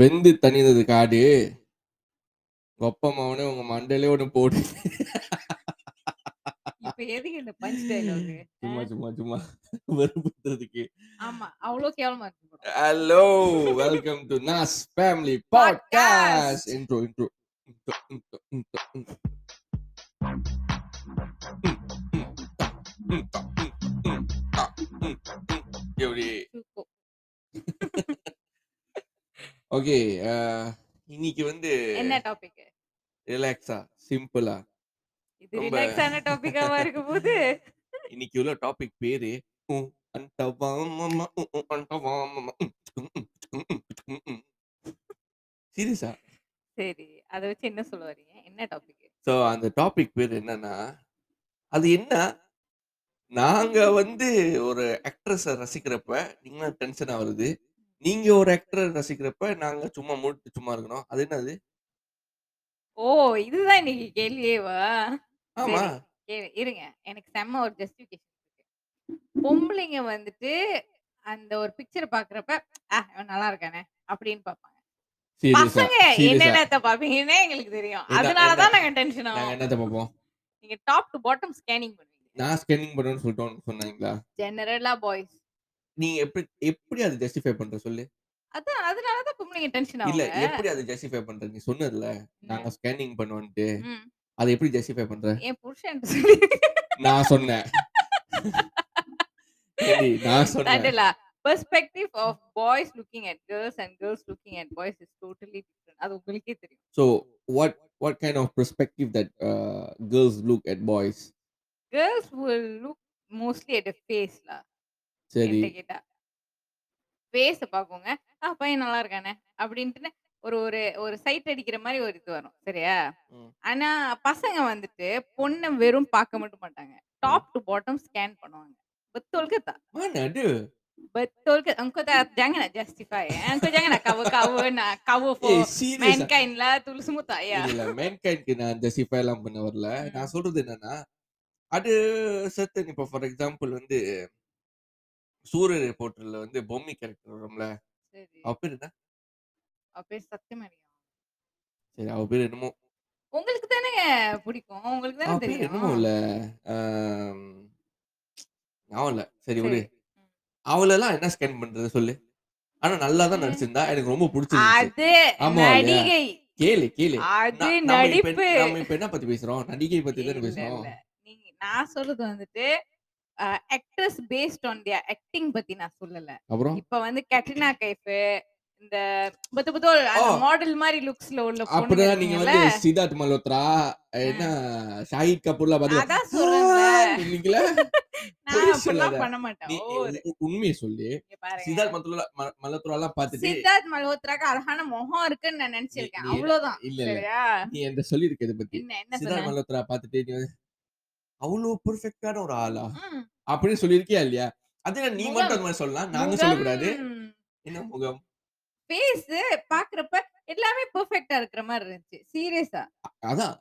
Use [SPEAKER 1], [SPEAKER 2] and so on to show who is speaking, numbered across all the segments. [SPEAKER 1] வெந்து தணிந்தது காடு. கொப்பமவனே உங்க மண்டையிலே ஒண்ணு போடு.
[SPEAKER 2] இப்ப எதுக்கு இந்த பஞ்ச் டயலாக்
[SPEAKER 1] சும்மா சும்மா சும்மா வெறுப்புத்துறதுக்கு.
[SPEAKER 2] ஆமா அவ்வளவு கேவலமா இருக்கு bro.
[SPEAKER 1] Hello, welcome to Nas Family Podcast. Intro, intro. Intro, intro, intro, intro. எப்படி
[SPEAKER 2] தூக்கம்.
[SPEAKER 1] ஓகே uh, இன்னைக்கு வந்து
[SPEAKER 2] என்ன டாபிக்
[SPEAKER 1] ரிலாக்ஸா சிம்பிளா
[SPEAKER 2] இது
[SPEAKER 1] ரொம்ப-
[SPEAKER 2] ரிலாக்ஸான டாபிக்காவா இருக்க போது
[SPEAKER 1] இன்னைக்கு உள்ள டாபிக் பேரு உம், அண்டவாமமா, உம், உம், அண்டவாமமா, உம், உம், உம், உம், உம், உம், உம். சீரியஸா
[SPEAKER 2] சரி அத வச்சு என்ன சொல்ல வரீங்க என்ன டாபிக்
[SPEAKER 1] ஸோ அந்த டாபிக் பேர் என்னன்னா அது என்ன நாங்க வந்து ஒரு ஆக்ட்ரஸை ரசிக்கிறப்ப நீங்களாம் டென்ஷன் ஆகுறது நீங்க ஒரு ஆக்டரை ரசிக்கிறப்ப நாங்க சும்மா மூட்டு சும்மா இருக்கணும் அது என்னது
[SPEAKER 2] ஓ இதுதான் இன்னைக்கு கேள்வியேவா
[SPEAKER 1] ஆமா
[SPEAKER 2] சரி. கேளு- இருங்க எனக்கு செம்ம ஒரு ஜஸ்டிஃபிகேஷன் பொம்பளைங்க வந்துட்டு அந்த ஒரு பிக்சர் பாக்குறப்ப ஆ இவன் நல்லா இருக்கானே அப்படின்னு பாப்பாங்க
[SPEAKER 1] சீரியஸா
[SPEAKER 2] பசங்க
[SPEAKER 1] சீரியஸா
[SPEAKER 2] என்னென்ன பாப்பீங்கன்னே எங்களுக்கு தெரியும்
[SPEAKER 1] இதா-
[SPEAKER 2] அதனாலதான்
[SPEAKER 1] இதா-
[SPEAKER 2] நாங்க டென்ஷன்
[SPEAKER 1] நாங்க
[SPEAKER 2] ஆகும்
[SPEAKER 1] என்னத்த பார்ப்போம்
[SPEAKER 2] நீங்க டாப் டு பாட்டம் ஸ்கேனிங் பண்ணுவீங்க
[SPEAKER 1] நான் ஸ்கேனிங் பண்ணணும்னு சொல்லிட்டோம்னு சொன்னாங்களா
[SPEAKER 2] ஜெனரலா பாய்ஸ்
[SPEAKER 1] நீங்க எப்படி எப்படி அது ஜஸ்டிஃபை பண்ற சொல்லு
[SPEAKER 2] அதான் அதனாலதான் பொம்பளைங்க டென்ஷன்
[SPEAKER 1] இல்ல
[SPEAKER 2] ஆகும்
[SPEAKER 1] எப்படி அதை ஜஸ்டிஃபை பண்ற நீ சொன்னதுல நாங்க ஸ்கேனிங் பண்ணுவோம்ட்டு
[SPEAKER 2] ம்.
[SPEAKER 1] அதை எப்படி ஜஸ்டிஃபை பண்ற
[SPEAKER 2] என் புருஷன் சொல்லி
[SPEAKER 1] நான் சொன்னேன் சரி, நான் சொன்னேன்
[SPEAKER 2] தட்டலா perspective of boys looking at girls and girls looking at boys is totally different அது உங்களுக்கே தெரியும்
[SPEAKER 1] so what what kind of perspective that uh, girls look at boys
[SPEAKER 2] girls will look mostly at ஃபேஸ்ல
[SPEAKER 1] சரி
[SPEAKER 2] என்கிட்ட கேட்டா face பாக்குங்க ஆ பையன் நல்லா இருக்கானே அப்படின்ட்டு ஒரு ஒரு ஒரு சைட் அடிக்கிற மாதிரி ஒரு இது வரும் சரியா
[SPEAKER 1] ம்.
[SPEAKER 2] ஆனா பசங்க வந்துட்டு பொண்ணை வெறும் பார்க்க மட்டும் மாட்டாங்க டாப் டு பாட்டம் ஸ்கேன் பண்ணுவாங்க பத்தோல்கத்தா
[SPEAKER 1] mana ada
[SPEAKER 2] Betul ke? Engkau tak jangan nak justify. Eh? Engkau jangan nak cover-cover nak cover for
[SPEAKER 1] eh serious ah.
[SPEAKER 2] mankind lah tu semua tak ya.
[SPEAKER 1] இல்ல mankind க்கு நான் justify எல்லாம் பண்ண வரல
[SPEAKER 2] ம்.
[SPEAKER 1] நான் சொல்றது என்னன்னா அது certain இப்ப ஃபார் எக்ஸாம்பிள் வந்து சூரிய ரிப்போர்ட்டர்ல வந்து பொம்மி கேரக்டர் வரும்ல
[SPEAKER 2] சரி.
[SPEAKER 1] அவ பேர் என்ன
[SPEAKER 2] அப்ப சத்தியமா இல்லையா?
[SPEAKER 1] சரி அவ பேர் என்னமோ
[SPEAKER 2] உங்களுக்கு தானே பிடிக்கும். உங்களுக்கு
[SPEAKER 1] அவ
[SPEAKER 2] தானே
[SPEAKER 1] பேர்
[SPEAKER 2] தெரியும்.
[SPEAKER 1] என்னமோ இல்ல ஆம், ஞாபகம் இல்ல சரி விடு
[SPEAKER 2] சரி.
[SPEAKER 1] அவளெல்லாம் என்ன ஸ்கேன் பண்றது சொல்லு ஆனா நல்லா தான் நடிச்சிருந்தா எனக்கு ரொம்ப பிடிச்சிருந்துச்சு
[SPEAKER 2] அது
[SPEAKER 1] ஆமா இல்லையா?
[SPEAKER 2] நடிகை.
[SPEAKER 1] கேளு கேளு
[SPEAKER 2] அது
[SPEAKER 1] நா- நாம இப்ப என்ன-
[SPEAKER 2] நடிப்பு.
[SPEAKER 1] நாம இப்ப என்ன பத்தி பேசுறோம் நடிகை பத்தி தானே
[SPEAKER 2] இல்ல,
[SPEAKER 1] பேசுறோம்
[SPEAKER 2] இல்ல. நீங்க நான் சொல்றது வந்துட்டு actors based on their acting பத்தி நான் சொல்லல.
[SPEAKER 1] அப்புறம்
[SPEAKER 2] இப்ப வந்து கேட்ரினா கைஃப் இந்த பத்து பத்து அந்த
[SPEAKER 1] ஓ.
[SPEAKER 2] மாடல் மாதிரி லுக்ஸ்ல உள்ள பொண்ணு
[SPEAKER 1] அப்படிதான் நீங்க வந்து சித்தார்த் மல்ஹோத்ரா என்ன ஷாஹித் கபூர்லாம் பாத்து
[SPEAKER 2] அதான் சொல்றேன்
[SPEAKER 1] இன்னைக்குல
[SPEAKER 2] நான்
[SPEAKER 1] பொய் சொல்லாத.
[SPEAKER 2] அப்படிலாம் பண்ண மாட்டேன்
[SPEAKER 1] நீ
[SPEAKER 2] ஓ,
[SPEAKER 1] உ- உ- உண்மையை சொல்லு
[SPEAKER 2] இங்க பாருங்க.
[SPEAKER 1] சித்தார்த் மல்ஹோத்ரா மல்ஹோத்ரா எல்லாம் பாத்துட்டு
[SPEAKER 2] சித்தார்த் மல்ஹோத்ராக்கு அழகான முகம் இருக்குன்னு நான் நினைச்சிருக்கேன்
[SPEAKER 1] நீ- நீ-
[SPEAKER 2] அவ்வளவுதான்
[SPEAKER 1] இல்ல இல்ல
[SPEAKER 2] சரியா
[SPEAKER 1] நீ என்கிட்ட சொல்லியிருக்க இதை பத்தி
[SPEAKER 2] என்ன என்ன
[SPEAKER 1] சித்தார்த்
[SPEAKER 2] சொன்ன
[SPEAKER 1] மல்ஹோத்ரா பாத்துட்டு நீ வந்து அவ்வளவு பெர்ஃபெக்டான ஒரு ஆளா
[SPEAKER 2] ம்,
[SPEAKER 1] அப்படின்னு சொல்லியிருக்கியா இல்லையா அது என்ன நீ
[SPEAKER 2] முகம்.
[SPEAKER 1] மட்டும் அந்த மாதிரி சொல்லலாம் நாங்க
[SPEAKER 2] முகம்,
[SPEAKER 1] சொல்லக்கூடாது என்ன முகம்
[SPEAKER 2] face பாக்குறப்ப எல்லாமே பெர்ஃபெக்ட்டா இருக்கிற மாதிரி இருந்துச்சு சீரியஸா
[SPEAKER 1] அதான்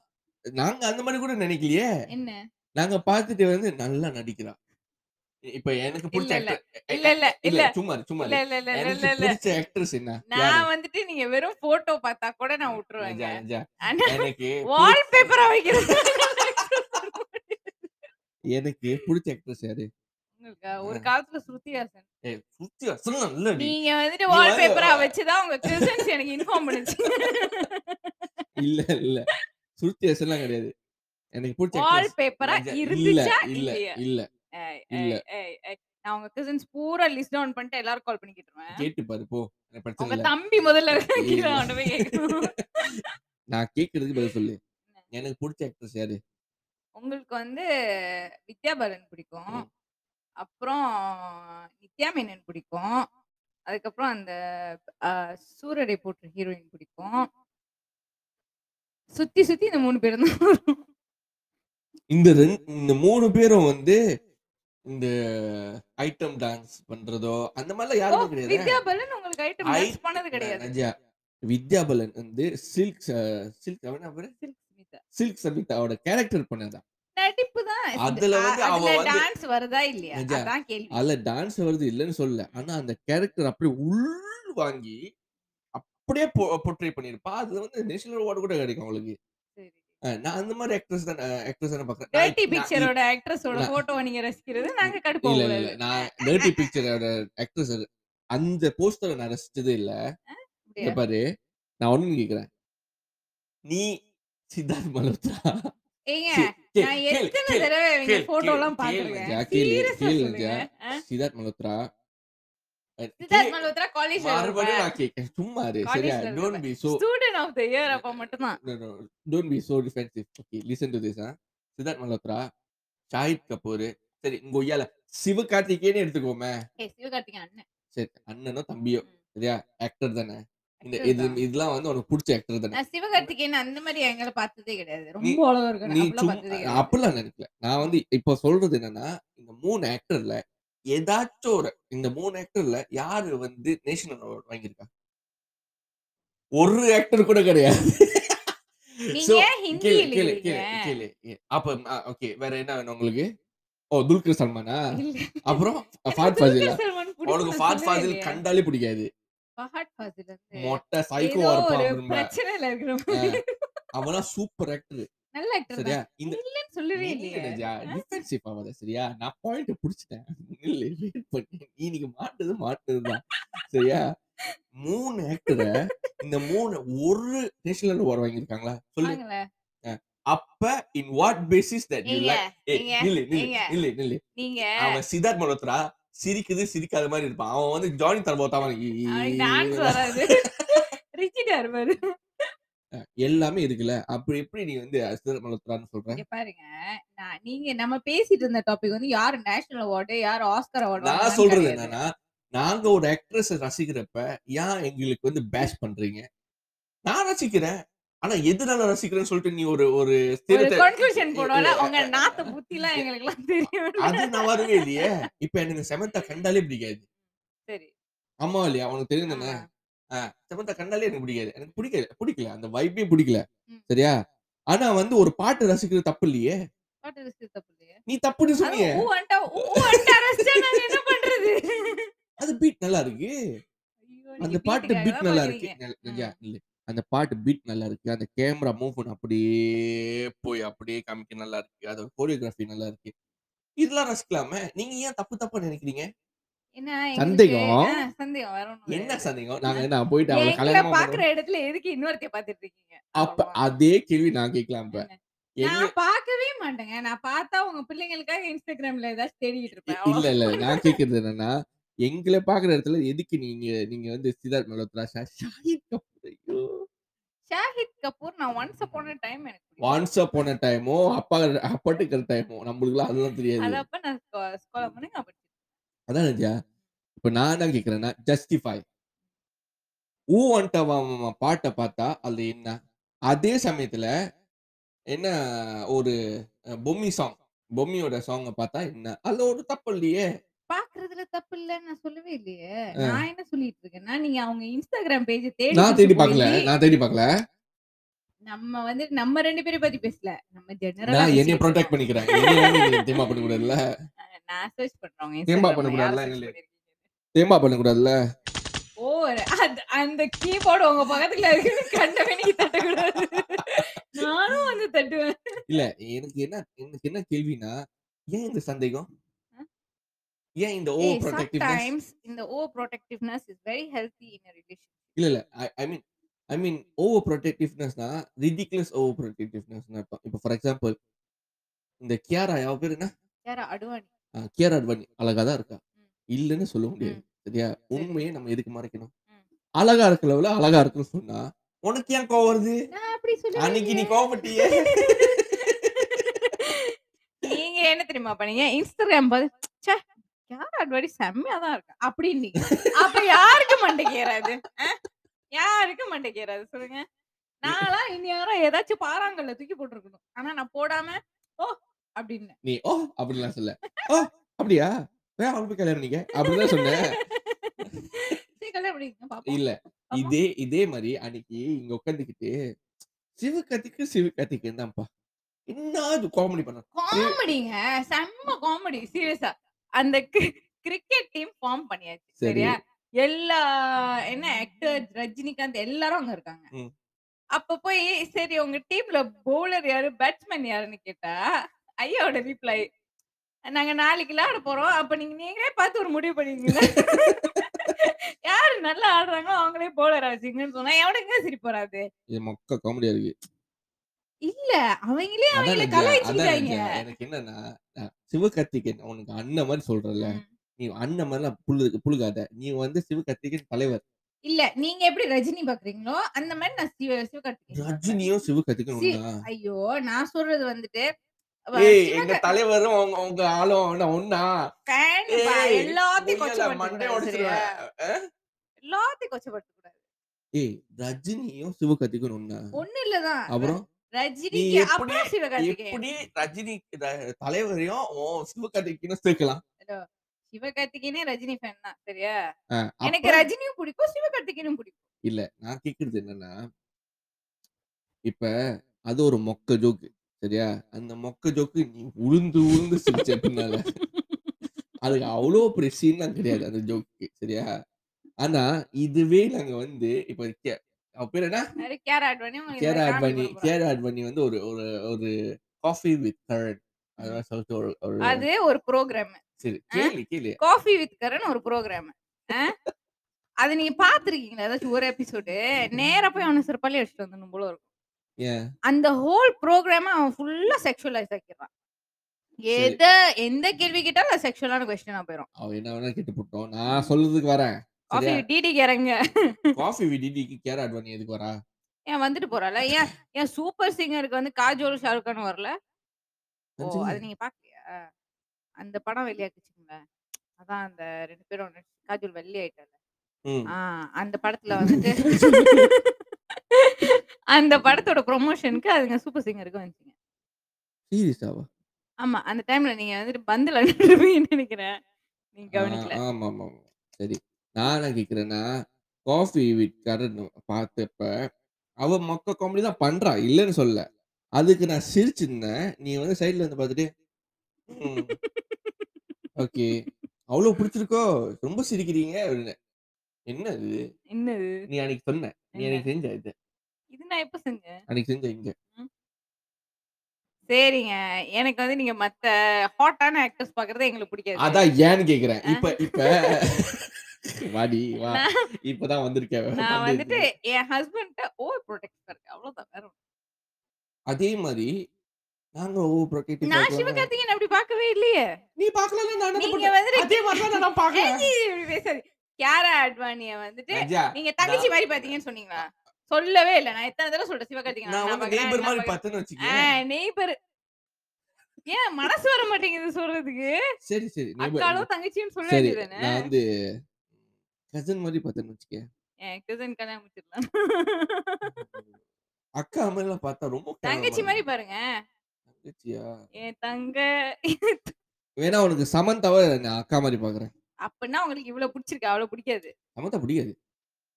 [SPEAKER 1] நாங்க அந்த மாதிரி கூட நினைக்கலையே
[SPEAKER 2] என்ன
[SPEAKER 1] நாங்க பாத்துட்டு வந்து நல்லா நடிக்கிறா இ- இப்ப எனக்கு பிடிச்ச
[SPEAKER 2] இல்ல,
[SPEAKER 1] actor- எ-
[SPEAKER 2] இல்ல, இல்ல,
[SPEAKER 1] இல்ல,
[SPEAKER 2] இல்ல.
[SPEAKER 1] சும்மா இரு, சும்மா
[SPEAKER 2] இல்ல
[SPEAKER 1] இரு.
[SPEAKER 2] இல்ல இல்ல இல்ல,
[SPEAKER 1] எனக்கு
[SPEAKER 2] இல்ல இல்ல
[SPEAKER 1] பிடிச்ச actress என்ன யாரு?
[SPEAKER 2] நான் வந்துட்டு நீங்க வெறும் போட்டோ பார்த்தா கூட நான் விட்டுருவேங்க
[SPEAKER 1] நிஜா, நிஜா.
[SPEAKER 2] ஆனா
[SPEAKER 1] எனக்கு
[SPEAKER 2] வால்பேப்பரா வைக்கிறது
[SPEAKER 1] எனக்கு பிடிச்ச actress யாரு
[SPEAKER 2] உங்களுக்கு ஒரு காலத்துல ஸ்ருதிஹாசன்
[SPEAKER 1] ஏய், சுத்தியா, சொல்லு, நல்லடி.
[SPEAKER 2] நீங்க வந்துட்டு
[SPEAKER 1] நீ வாங்க.
[SPEAKER 2] வால்பேப்பரா வச்சுதான் உங்க கிறிஸ்டன்ஸ் எனக்கு இன்ஃபார்ம் பண்ணுச்சு
[SPEAKER 1] இல்ல இல்ல சுருத்தியாஸ் எல்லாம் கிடையாது எனக்கு பிடிச்ச actress.
[SPEAKER 2] வால்பேப்பரா
[SPEAKER 1] நிஜா, இல்ல
[SPEAKER 2] இருந்துச்சா
[SPEAKER 1] இல்ல
[SPEAKER 2] இல்லையா
[SPEAKER 1] இல்ல
[SPEAKER 2] ஏய்,
[SPEAKER 1] இல்ல.
[SPEAKER 2] ஏய், ஏய், ஏய். நான் உங்க கசின்ஸ் பூரா லிஸ்ட் டவுன் பண்ணிட்டு எல்லாரும் கால் பண்ணி கேட்டுருவேன்
[SPEAKER 1] கேட்டு பாரு போ எனக்கு பிரச்சனை
[SPEAKER 2] உங்க
[SPEAKER 1] இல்ல
[SPEAKER 2] தம்பி முதல்ல கீழே
[SPEAKER 1] இல்ல.
[SPEAKER 2] கொண்டு போய் கேட்கணும்
[SPEAKER 1] நான் கேக்குறதுக்கு பதில் சொல்லு எனக்கு பிடிச்ச actress யாரு
[SPEAKER 2] உங்களுக்கு வந்து வித்யா பாலன் பிடிக்கும்
[SPEAKER 1] ம்.
[SPEAKER 2] அப்புறம் நித்யா மேனன் பிடிக்கும் அதுக்கப்புறம் அந்த அஹ், சூரரை போட்டு ஹீரோயின் பிடிக்கும் சுத்தி சுத்தி இந்த மூணு பேரும் தான் வரும்.
[SPEAKER 1] இந்த ரெண்டு இந்த மூணு பேரும் வந்து இந்த ஐட்டம் டான்ஸ் பண்றதோ அந்த மாதிரிலாம்
[SPEAKER 2] ஓ,
[SPEAKER 1] யாருமே கிடையாது
[SPEAKER 2] வித்யா பாலன் உங்களுக்கு ஐட்டம்
[SPEAKER 1] ஐ-
[SPEAKER 2] டான்ஸ் பண்ணது கிடையாது
[SPEAKER 1] நஜா வித்யா பாலன் வந்து சில்க் சில்க் அவன பேரு சில்க் சபிதாவோட கேரக்டர் பண்ணதான்
[SPEAKER 2] நடிப்பு தான்
[SPEAKER 1] அதுல வந்து அவ
[SPEAKER 2] அதுல
[SPEAKER 1] வந்து-
[SPEAKER 2] டான்ஸ் வருதா இல்லையா
[SPEAKER 1] நிஜா.
[SPEAKER 2] அதான் கேள்வி
[SPEAKER 1] அதுல டான்ஸ் வருது இல்லைன்னு சொல்லல ஆனா அந்த கேரக்டர் அப்படியே உள் வாங்கி அப்படியே பொட்ரே பண்ணிருப்பா அது வந்து நேஷனல் அவார்டு கூட கிடைக்கும் அவளுக்கு
[SPEAKER 2] சரி
[SPEAKER 1] அஹ் நான் அந்த மாதிரி ஆக்ட்ரஸ் தான் ஆக்ட்ரஸ் தானே பாக்குறேன் நான்
[SPEAKER 2] டர்ட்டி
[SPEAKER 1] இப்ப- நான் இப்ப-
[SPEAKER 2] பிக்சரோட ஆக்ட்ரஸோட
[SPEAKER 1] நான்-
[SPEAKER 2] போட்டோவை நீங்க ரசிக்கிறது நாங்க
[SPEAKER 1] இல்ல இல்ல இல்ல
[SPEAKER 2] கடுப்போம்
[SPEAKER 1] நான் டர்ட்டி பிக்சரோட ஆக்ட்ரஸ் அந்த போஸ்டரை நான் ரசிச்சதே இல்ல இங்க பாரு நான் ஒண்ணு கேக்குறேன் நீ சித்தார்த் மல்ஹோத்ரா
[SPEAKER 2] ஏங்க
[SPEAKER 1] சரி, கேளு,
[SPEAKER 2] நான்
[SPEAKER 1] கேளு,
[SPEAKER 2] எத்தனை
[SPEAKER 1] கேளு.
[SPEAKER 2] தடவை இவங்க
[SPEAKER 1] கேளு,
[SPEAKER 2] போட்டோ
[SPEAKER 1] கேளு,
[SPEAKER 2] எல்லாம்
[SPEAKER 1] கேளு,
[SPEAKER 2] பாத்துருக்கேன்
[SPEAKER 1] ஜா, கேளு,
[SPEAKER 2] சீரியஸா
[SPEAKER 1] கேளு,
[SPEAKER 2] சொல்லுங்க ஆ?
[SPEAKER 1] சித்தார்த் மல்ஹோத்ரா அஹ்
[SPEAKER 2] சித்தார்th
[SPEAKER 1] கே-
[SPEAKER 2] மல்ஹோத்ரா
[SPEAKER 1] மறுபடியும்
[SPEAKER 2] காலேஜ்
[SPEAKER 1] நான் கேட்கிறேன் சும்மா இரு
[SPEAKER 2] College
[SPEAKER 1] சரியா
[SPEAKER 2] ல இருக்க
[SPEAKER 1] don't be so
[SPEAKER 2] student of the year அப்ப மட்டும்தான்
[SPEAKER 1] no, no, don't be so defensive. Okay, listen to this. Huh? Siddharth Malhotra Shahid Kapoor சரி உங்க ஒய்யால சிவகார்த்திகேயன்னு எடுத்துக்கோமே
[SPEAKER 2] ஏ சிவகார்த்திகேயன் அண்ணன்
[SPEAKER 1] சரி அண்ணனோ தம்பியோ
[SPEAKER 2] ம்.
[SPEAKER 1] சரியா ஆக்டர் தானே இந்த
[SPEAKER 2] Actor
[SPEAKER 1] இது
[SPEAKER 2] தான்.
[SPEAKER 1] இதெல்லாம் வந்து உனக்கு பிடிச்ச ஆக்டர் தானே
[SPEAKER 2] நான் சிவகார்த்திகேயன் அந்த மாதிரி எங்களை பார்த்ததே கிடையாது ரொம்ப
[SPEAKER 1] நீ-
[SPEAKER 2] அழகா இருக்கு
[SPEAKER 1] நீ
[SPEAKER 2] நான் அப்படிலாம்
[SPEAKER 1] சும்மா
[SPEAKER 2] பார்த்ததே
[SPEAKER 1] நான்
[SPEAKER 2] கிடையாது
[SPEAKER 1] அப்படிலாம் நினைக்கல நான் வந்து இப்போ சொல்றது என்னன்னா இந்த மூணு ஆக்டர்ல ஏதாச்சும் ஒரு இந்த மூணு ஆக்டர்ல யாரு வந்து நேஷனல் அவார்டு வாங்கியிருக்கா ஒரு ஆக்டர் கூட கிடையாது So,
[SPEAKER 2] நீங்க ஹிந்தி
[SPEAKER 1] கேளு கேளு
[SPEAKER 2] எழுதுறீங்க
[SPEAKER 1] கேளு கேளு ஏ- அப்ப ஓகே வேற என்ன வேணும் உங்களுக்கு ஓ துல்கர் சல்மானா
[SPEAKER 2] இல்ல.
[SPEAKER 1] அப்புறம்
[SPEAKER 2] எனக்கு
[SPEAKER 1] ஃபாத் ஃபாசிலா
[SPEAKER 2] துல்கர் சல்மான் பிடிக்கும்
[SPEAKER 1] அவனுக்கு
[SPEAKER 2] நான்
[SPEAKER 1] ஃபாத்
[SPEAKER 2] சொல்லவே
[SPEAKER 1] ஃபாசில்
[SPEAKER 2] இல்லையே.
[SPEAKER 1] கண்டாலே பிடிக்காது
[SPEAKER 2] ஃபஹத் ஃபாசில் வந்து
[SPEAKER 1] மொட்டை
[SPEAKER 2] ஏதோ
[SPEAKER 1] சைக்கோ இருப்பா
[SPEAKER 2] ஒரு
[SPEAKER 1] அப்படின்பா
[SPEAKER 2] பிரச்சனையில இருக்கிற மாதிரி
[SPEAKER 1] அவனா சூப்பர் ஆக்டர்
[SPEAKER 2] நல்ல ஆக்டர்
[SPEAKER 1] சரியா
[SPEAKER 2] தான்
[SPEAKER 1] இந்த
[SPEAKER 2] இல்லன்னு சொல்லவே இல்லையே
[SPEAKER 1] டிஃபென்சிவ் ஆகாத சரியா நான் பாயிண்ட் புடிச்சிட்டேன் இல்ல வெயிட் பண்ணி நீ நீங்க மாட்டுறது மாட்டுறதுதான் சரியா மூணு ஆக்டர் இந்த மூணு ஒரு நேஷனல் அவார்டு வாங்கியிருக்காங்களா சொல்லு
[SPEAKER 2] வாங்கல
[SPEAKER 1] அப்ப in what basis that you
[SPEAKER 2] நீங்க
[SPEAKER 1] லைக்
[SPEAKER 2] நீங்க,
[SPEAKER 1] நில்லு நில்லு
[SPEAKER 2] நீங்க.
[SPEAKER 1] நில்லு நில்லு
[SPEAKER 2] நீங்க
[SPEAKER 1] அவன் சித்தார்த் மல்ஹோத்ரா சிரிக்குது சிரிக்காத மாதிரி இருப்பான் அவன் வந்து ஜானி தர்போத்தாம
[SPEAKER 2] அவனுக்கு டான்ஸ் வராது ரிஜிடா இருப்பாரு
[SPEAKER 1] எல்லாமே இருக்குல்ல அப்படி எப்படி நீ வந்து சித்தார்த் மல்ஹோத்ரான்னு சொல்ற
[SPEAKER 2] இங்க பாருங்க நான் நீங்க நம்ம பேசிட்டு இருந்த டாபிக் வந்து யார் நேஷனல் அவார்டு யார் ஆஸ்கர்
[SPEAKER 1] நான் சொல்றது
[SPEAKER 2] அவார்டு
[SPEAKER 1] என்னன்னா நாங்க ஒரு ஆக்ட்ரஸ் ரசிக்கிறப்ப ஏன் எங்களுக்கு வந்து பேஷ் பண்றீங்க நான் ரசிக்கிறேன் ஆனா எதனால ரசிக்கிறேன்னு சொல்லிட்டு நீ ஒரு ஒரு
[SPEAKER 2] ஒரு
[SPEAKER 1] theatre-
[SPEAKER 2] கன்க்ளூஷன் போடுவால உங்க நாத்த புத்திலாம் எங்களுக்கு எல்லாம் தெரியும்
[SPEAKER 1] அது நான் வரவே இல்லையே இப்ப எனக்கு செமந்தா கண்டாலே பிடிக்காது
[SPEAKER 2] சரி
[SPEAKER 1] ஆமா இல்லையா அவனுக்கு தெரியும் தானே
[SPEAKER 2] ஆமா.
[SPEAKER 1] செமந்தா கண்டாலே எனக்கு பிடிக்காது எனக்கு பிடிக்கல பிடிக்கல அந்த வைப்பே பிடிக்கல
[SPEAKER 2] ம்.
[SPEAKER 1] சரியா ஆனா வந்து ஒரு பாட்டு ரசிக்கிறது தப்பு இல்லையே
[SPEAKER 2] What is this தப்பு இல்லையே?
[SPEAKER 1] நீ தப்புன்னு
[SPEAKER 2] அது
[SPEAKER 1] சொன்னீங்க
[SPEAKER 2] ஊ அண்டா, ஊ அண்டா ரசிச்சா நாங்க என்ன பண்றது?
[SPEAKER 1] அது பீட் நல்லா இருக்கு
[SPEAKER 2] ஐயோ,
[SPEAKER 1] அந்த
[SPEAKER 2] நீங்க
[SPEAKER 1] பாட்டு
[SPEAKER 2] பீட்டுக்காக
[SPEAKER 1] பீட்
[SPEAKER 2] தான்
[SPEAKER 1] நல்லா இருக்கு
[SPEAKER 2] பாக்குறீங்க.
[SPEAKER 1] நல்- நிஜா, இல்ல. அந்த பாட்டு பீட் நல்லா இருக்கு அந்த கேமரா மூவ் பண்ண அப்படியே போய் அப்படியே காமிக்க நல்லா இருக்கு அதோட கோரியோகிராஃபி நல்லா இருக்கு இதெல்லாம் ரசிக்கலாமே நீங்க ஏன் தப்பு தப்பா நினைக்கிறீங்க
[SPEAKER 2] ஏன்னா, எங்களுக்கு-
[SPEAKER 1] சந்தேகம்.
[SPEAKER 2] ஆ, சந்தேகம் வரணும்.
[SPEAKER 1] என்ன சந்தேகம் நாங்க நான் போயிட்டு அவளை
[SPEAKER 2] எங்களை
[SPEAKER 1] கல்யாணம்
[SPEAKER 2] பாக்குற இடத்துல எதுக்கு இன்னொருத்தைய பாத்துட்டு இருக்கீங்க?
[SPEAKER 1] அப்ப
[SPEAKER 2] அவ்வளவுதான்.
[SPEAKER 1] அதே கேள்வி நான் கேட்கலாம் இப்ப எங்க
[SPEAKER 2] நான் பார்க்கவே மாட்டேங்க நான் பார்த்தா உங்க பிள்ளைங்களுக்காக இன்ஸ்டாகிராம்ல ஏதாச்சும் தேடிட்டு இருப்பேன்
[SPEAKER 1] இல்ல இல்ல நான் கேக்குறது என்னன்னா எங்களை பாக்குற இடத்துல எதுக்கு நீங்க நீங்க வந்து சித்தார்த் மல்ஹோத்ரா ஷா- ஷாஹித் கபூர் ஐயோ
[SPEAKER 2] ஷாஹித் கபூர் நான் ஒன்ஸ் போன டைம் எனக்கு பிடிக்கும்.
[SPEAKER 1] வான்ஸா போன டைமோ அப்பா அப்பாட்டுக்கிற டைமோ நம்மளுக்குலாம் அதெல்லாம் தெரியாது
[SPEAKER 2] அது அப்ப நான் ஸ்கோலா பண்ணி நான் படிச்சேன்.
[SPEAKER 1] அதான் நித்யா இப்ப நான் என்ன கேக்குறேன்னா ஜஸ்டிஃபை ஊவன்ட்ட பாட்டை பார்த்தா அது என்ன அதே சமயத்துல என்ன ஒரு அஹ், பொம்மி சாங் பொம்மியோட சாங்கை பார்த்தா என்ன அதுல ஒரு தப்பு இல்லையே
[SPEAKER 2] பாக்குறதுல தப்பு இல்லன்னு நான் சொல்லவே இல்லையே நான் என்ன சொல்லிட்டு இருக்கேன்னா நீங்க அவங்க இன்ஸ்டாகிராம் பேஜ் தேடி
[SPEAKER 1] நான் தேடி
[SPEAKER 2] பிடிச்சு
[SPEAKER 1] பார்க்கல
[SPEAKER 2] போயி,
[SPEAKER 1] நான் தேடி பார்க்கல
[SPEAKER 2] நம்ம வந்து நம்ம ரெண்டு பேரை பத்தி பேசல நம்ம ஜெனரலா
[SPEAKER 1] நான் என்னைய ப்ரொடெக்ட் பண்ணிக்கிறேன் என்னைய வந்து நீங்க தேமா பண்ணக்கூடாதுல்ல
[SPEAKER 2] நான் சர்ச் பண்றோம்
[SPEAKER 1] ஏம்பா பண்ணக்கூடாதுல? இல்லை. தேமா பண்ணக்கூடாதுல்ல
[SPEAKER 2] ஓ அது- அந்த கீபோர்டு உங்க பக்கத்துல இருக்கு கண்டவனிக்கு தட்டக்கூடாது நானும் வந்து தட்டுவேன்
[SPEAKER 1] இல்ல எனக்கு என்ன எனக்கு என்ன கேள்வினா ஏன் இந்த சந்தேகம் ஏன் இந்த ஓ ப்ரொடெக்டிவ்னஸ்
[SPEAKER 2] சம்டைம்ஸ் இந்த ஓ protectiveness is very healthy in relation
[SPEAKER 1] இல்ல இல்ல I mean I mean over ப்ரொடெக்டிவ்னஸ்னா ரிடிகுலஸ் ஓவர் ப்ரொடெக்டிவ்னஸ் அர்த்தம் இப்போ ஃபார் எக்ஸாம்பிள் இந்த கியாரா யாவ பேர் என்ன
[SPEAKER 2] யாரா அடுவானி
[SPEAKER 1] ஆ, கியாரா அட்வானி அழகா தான் இருக்கா
[SPEAKER 2] ம்.
[SPEAKER 1] இல்லைன்னு சொல்ல முடியாது
[SPEAKER 2] ம்.
[SPEAKER 1] சரியா உண்மையை நம்ம எதுக்கு மறைக்கணும்
[SPEAKER 2] ம்.
[SPEAKER 1] அழகா இருக்க லெவல அழகா இருக்குன்னு சொன்னா உனக்கு ஏன் கோவம் வருது
[SPEAKER 2] நான் அப்படி
[SPEAKER 1] அன்னைக்கு நீ
[SPEAKER 2] சொல்லுவேன்
[SPEAKER 1] கோவப்பட்டியே
[SPEAKER 2] நீங்க என்ன தெரியுமா பண்ணீங்க இன்ஸ்டாகிராம் பார்த்து ச்சே யார் அட்வாடி செம்மையா தான் இருக்கு அப்படின்னு நீங்க. அப்ப யாருக்கு மண்டைக்கேறாது யாருக்கு மண்டைக்கேறாது சொல்லுங்க நான்லாம் இனி யாரும் ஏதாச்சும் பாறாங்கல்ல தூக்கி போட்டிருக்கணும் ஆனா நான் போடாம ஓ அப்படின்னு
[SPEAKER 1] நீ ஓ அப்படிலாம் சொல்ல ஓ அப்படியா வேற அவளுக்கு போய் கல்யாணம் நீங்க அப்படிதான் சொன்னேன்
[SPEAKER 2] சரி, கல்யாணம் பண்ணிக்கங்க, பாப்போம்.
[SPEAKER 1] இல்ல இதே இதே மாதிரி அன்னைக்கு இங்க உட்காந்துக்கிட்டு சிவகார்த்திக்கு சிவகார்த்திக்கு தான்ப்பா என்ன இது காமெடி பண்ண
[SPEAKER 2] காமெடிங்க செம்ம காமெடி சீரியஸா அந்த கிரிக்கெட் டீம் ஃபார்ம் பண்ணியாச்சு
[SPEAKER 1] சரி.
[SPEAKER 2] சரியா எல்லா என்ன ஆக்டர் சித்தார்த் ரஜினிகாந்த் எல்லாரும் அங்க இருக்காங்க
[SPEAKER 1] ம்.
[SPEAKER 2] அப்ப போய் சரி உங்க டீம்ல பவுலர் யாரு பேட்ஸ்மேன் யாருன்னு கேட்டா ஐயாவோட ரிப்ளை நாங்க நாளைக்கு விளையாட போறோம் அப்ப நீங்க நீங்களே பார்த்து ஒரு முடிவு பண்ணிருக்கீங்க யாரு நல்லா ஆடுறாங்களோ அவங்களே பவுலர் வச்சுங்கன்னு சொன்னா எவனுக்குங்க சிரிப்பு வராது
[SPEAKER 1] இது மொக்க காமெடியா இருக்கு
[SPEAKER 2] இல்ல அவங்களே
[SPEAKER 1] அதான்
[SPEAKER 2] அவங்கள
[SPEAKER 1] எனக்கு- அதான்
[SPEAKER 2] கலாய்ச்சிக்கிறாங்க
[SPEAKER 1] எனக்கு- எனக்கு என்னன்னா அஹ், சிவகார்த்திகேயன் உனக்கு அண்ணன் மாதிரி சொல்றல நீ அண்ணன் மாதிரிலாம் புழுகு புழுகாத நீ வந்து சிவகார்த்திகேயன் தலைவர்
[SPEAKER 2] இல்ல நீங்க எப்படி ரஜினி பாக்குறீங்களோ அந்த மாதிரி நான் சிவ சிவகார்த்திகேயன் பாக்குறேன்.
[SPEAKER 1] ரஜினியும் சிவகார்த்திகேயன்
[SPEAKER 2] சி-
[SPEAKER 1] ஒண்ணா?
[SPEAKER 2] ஐயோ நான் சொல்றது வந்துட்டு வ-
[SPEAKER 1] ஏய்
[SPEAKER 2] சிவகா-
[SPEAKER 1] எங்க தலைவரும் அவங்க உங்க ஆளும் அவனா ஒண்ணா
[SPEAKER 2] கண்டிப்பா
[SPEAKER 1] ஏய்,
[SPEAKER 2] எல்லாத்தையும்
[SPEAKER 1] ஒய்யால மண்டை
[SPEAKER 2] கொச்சப்படுத்த கூடாது, சரியா?
[SPEAKER 1] உடைச்சிருவேன் அஹ்?
[SPEAKER 2] எல்லாத்தையும் கொச்சப்படுத்த கூடாது
[SPEAKER 1] ஏய் ரஜினியும் சிவகார்த்திகேயன் ஒண்ணா
[SPEAKER 2] ஒண்ணு இல்லதான்
[SPEAKER 1] அப்புறம் நீ
[SPEAKER 2] ரஜினிக்கு
[SPEAKER 1] எப்படி
[SPEAKER 2] அப்புறம் சிவகார்த்திகேயன்
[SPEAKER 1] எப்படி ரஜினி ர- தலைவரையும் உன் சிவகார்த்திகேயனும் சேர்க்கலாம்
[SPEAKER 2] சிவகார்த்திகேயனே ரஜினி ஃபேன் தான் சரியா
[SPEAKER 1] அஹ்,
[SPEAKER 2] எனக்கு
[SPEAKER 1] அப்புறம்
[SPEAKER 2] ரஜினியும் பிடிக்கும் சிவகார்த்திகேயனும் பிடிக்கும்
[SPEAKER 1] இல்ல நான் கேக்குறது என்னன்னா இப்ப அது ஒரு மொக்க ஜோக்கு சரியா அந்த மொக்க ஜோக்கு நீ உளுந்து உளுந்து சிரிச்ச பின்னால அதுக்கு அவ்வளோ பெரிய சீன்லாம் கிடையாது அந்த ஜோக்கு சரியா ஆனா இதுவே நாங்க வந்து இப்ப கே- அவ பேர் என்ன
[SPEAKER 2] அது கேர் அட்வானி உங்களுக்கு
[SPEAKER 1] கேரா
[SPEAKER 2] comedy
[SPEAKER 1] அட்வானி
[SPEAKER 2] பண்ண போறோம்.
[SPEAKER 1] கேரா அட்வானி வந்து ஒரு ஒரு ஒரு காஃபி வித் கரண் அதெல்லாம் சொல்லிட்டு ஒரு ஒரு
[SPEAKER 2] அது ஒரு ப்ரோக்ராம்
[SPEAKER 1] சரி கேளு கேளு
[SPEAKER 2] காஃபி வித் கரண் ஒரு ப்ரோக்ராம் அது நீங்க பாத்திருக்கீங்களா ஏதாச்சும் ஒரு எபிசோடு நேரா போய் அவனை சிறப்பாலே அடிச்சுட்டு வந்துடணும் போல இருக்கும்
[SPEAKER 1] ஏன்
[SPEAKER 2] அந்த ஹோல் ப்ரோக்ராம அவன் ஃபுல்லா செக்ஷுவலைஸ் ஆக்கிடுறான் எத எந்த கேள்வி கேட்டாலும் அது செக்ஷுவலான கொஸ்டினா போயிடும்
[SPEAKER 1] அவன் என்ன வேணா கேட்டு போட்டோம் நான் சொல்றதுக்கு வரேன்
[SPEAKER 2] காஃபி
[SPEAKER 1] சரியா
[SPEAKER 2] டிடி கேரங்க
[SPEAKER 1] காஃபி வித் டிடிக்கு கேரா அட்வானி எதுக்கு வரா
[SPEAKER 2] ஏன் வந்துட்டு போறாள ஏன் ஏன் சூப்பர் சிங்கருக்கு வந்து காஜோல் ஷாருக் கான் வரல ஓ
[SPEAKER 1] சரி.
[SPEAKER 2] அது நீங்க பாக்கலையா அந்த படம் வெளியாக்குச்சுங்களா அதான் அந்த ரெண்டு பேரும் நடிச்சு- காஜோல் வெள்ளி ஆயிட்டாங்க
[SPEAKER 1] ம்
[SPEAKER 2] அந்த படத்துல வந்துட்டு அந்த படத்தோட ப்ரொமோஷனுக்கு அதுங்க சூப்பர் சிங்கருக்கு வந்துச்சுங்க
[SPEAKER 1] சீரியஸாவா
[SPEAKER 2] ஆமா அந்த டைம்ல நீங்க வந்துட்டு பந்துல நின்னுருப்பீங்கன்னு நினைக்கிறேன் நீங்க கவனிக்கல
[SPEAKER 1] ஆ, ஆமா ஆமா ஆமா. சரி நான் என்ன கேக்குறேன்னா காஃபி வித் கரண் பார்த்தப்ப அவ மொக்க காமெடி தான் பண்றா இல்லைன்னு சொல்லல அதுக்கு நான் சிரிச்சிருந்தேன் நீ வந்து சைடுல வந்து பார்த்துட்டு ம், ஓகே அவ்வளவு பிடிச்சிருக்கோ ரொம்ப சிரிக்கிறீங்க அப்படின்னு என்ன இது
[SPEAKER 2] என்னது
[SPEAKER 1] நீ அன்னைக்கு சொன்ன நீ
[SPEAKER 2] என்ன?
[SPEAKER 1] அன்னைக்கு செஞ்ச இது
[SPEAKER 2] இது நான் எப்ப செஞ்சேன்
[SPEAKER 1] அன்னைக்கு செஞ்ச இங்க
[SPEAKER 2] சரிங்க எனக்கு வந்து நீங்க மத்த ஹாட்டான ஆக்டர்ஸ் பாக்குறது எங்களுக்கு பிடிக்காது
[SPEAKER 1] அதான் ஏன்னு கேக்குறேன் இப்ப இப்ப வாடி வா இப்பதான் வந்திருக்கேன்
[SPEAKER 2] நான்
[SPEAKER 1] வந்து
[SPEAKER 2] வந்துட்டு என் ஹஸ்பண்ட ஓவர் ப்ரொடெக்ட் இருக்கு அவ்வளவுதான் வேற ஒண்ணும்
[SPEAKER 1] அதே மாதிரி நாங்க ஓ
[SPEAKER 2] இல்ல. நான்
[SPEAKER 1] ப்ரொடெக்டிவ்
[SPEAKER 2] சிவகார்த்திகேயன் அப்படி பார்க்கவே இல்லையே
[SPEAKER 1] நீ பாக்கலன்னா நான் என்ன
[SPEAKER 2] நீங்க
[SPEAKER 1] பண்றது?
[SPEAKER 2] வந்துட்டு
[SPEAKER 1] அதே மாதிரிதான் நான் பாக்கல
[SPEAKER 2] ஏய், இப்படி பேசாது கியாரா அட்வானிய வந்துட்டு
[SPEAKER 1] ராஜா
[SPEAKER 2] நீங்க தங்கச்சி மாதிரி பாத்தீங்கன்னு சொன்னீங்களா சொல்லவே இல்ல நான் எத்தனை தடவை சொல்றேன் சிவகார்த்திகேயன்
[SPEAKER 1] நான்
[SPEAKER 2] நான்
[SPEAKER 1] வந்து நெய்பர் மாதிரி
[SPEAKER 2] பார்க்கறேன், நான் பார்க்கறேன்.
[SPEAKER 1] பார்த்தேன்னு
[SPEAKER 2] ஆ,
[SPEAKER 1] வச்சுக்கேன்
[SPEAKER 2] நெய்பர் ஏன் மனசு வர மாட்டேங்குது சொல்றதுக்கு
[SPEAKER 1] சரி சரி neighbor.
[SPEAKER 2] அக்காலும் தங்கச்சியும் சொல்ல
[SPEAKER 1] சரி
[SPEAKER 2] வேண்டியதுதானே
[SPEAKER 1] நான் வந்து கசன் மாதிரி பார்த்தேன்னு வச்சுக்கேன்
[SPEAKER 2] என் cousin கல்யாணம் முடிச்சிடலாம்
[SPEAKER 1] அக்கா மாதிரிலாம் பார்த்தா ரொம்ப கேவலமா
[SPEAKER 2] தங்கச்சி மாதிரி
[SPEAKER 1] இருக்கு.
[SPEAKER 2] பாருங்க
[SPEAKER 1] தங்கச்சியா
[SPEAKER 2] என் தங்க
[SPEAKER 1] வேணா உனக்கு சமந்தாவ நான் அக்கா மாதிரி பாக்குறேன்
[SPEAKER 2] அப்படின்னா உங்களுக்கு இவ்வளவு பிடிச்சிருக்கு அவ்வளவு பிடிக்காது
[SPEAKER 1] சமந்தா பிடிக்காது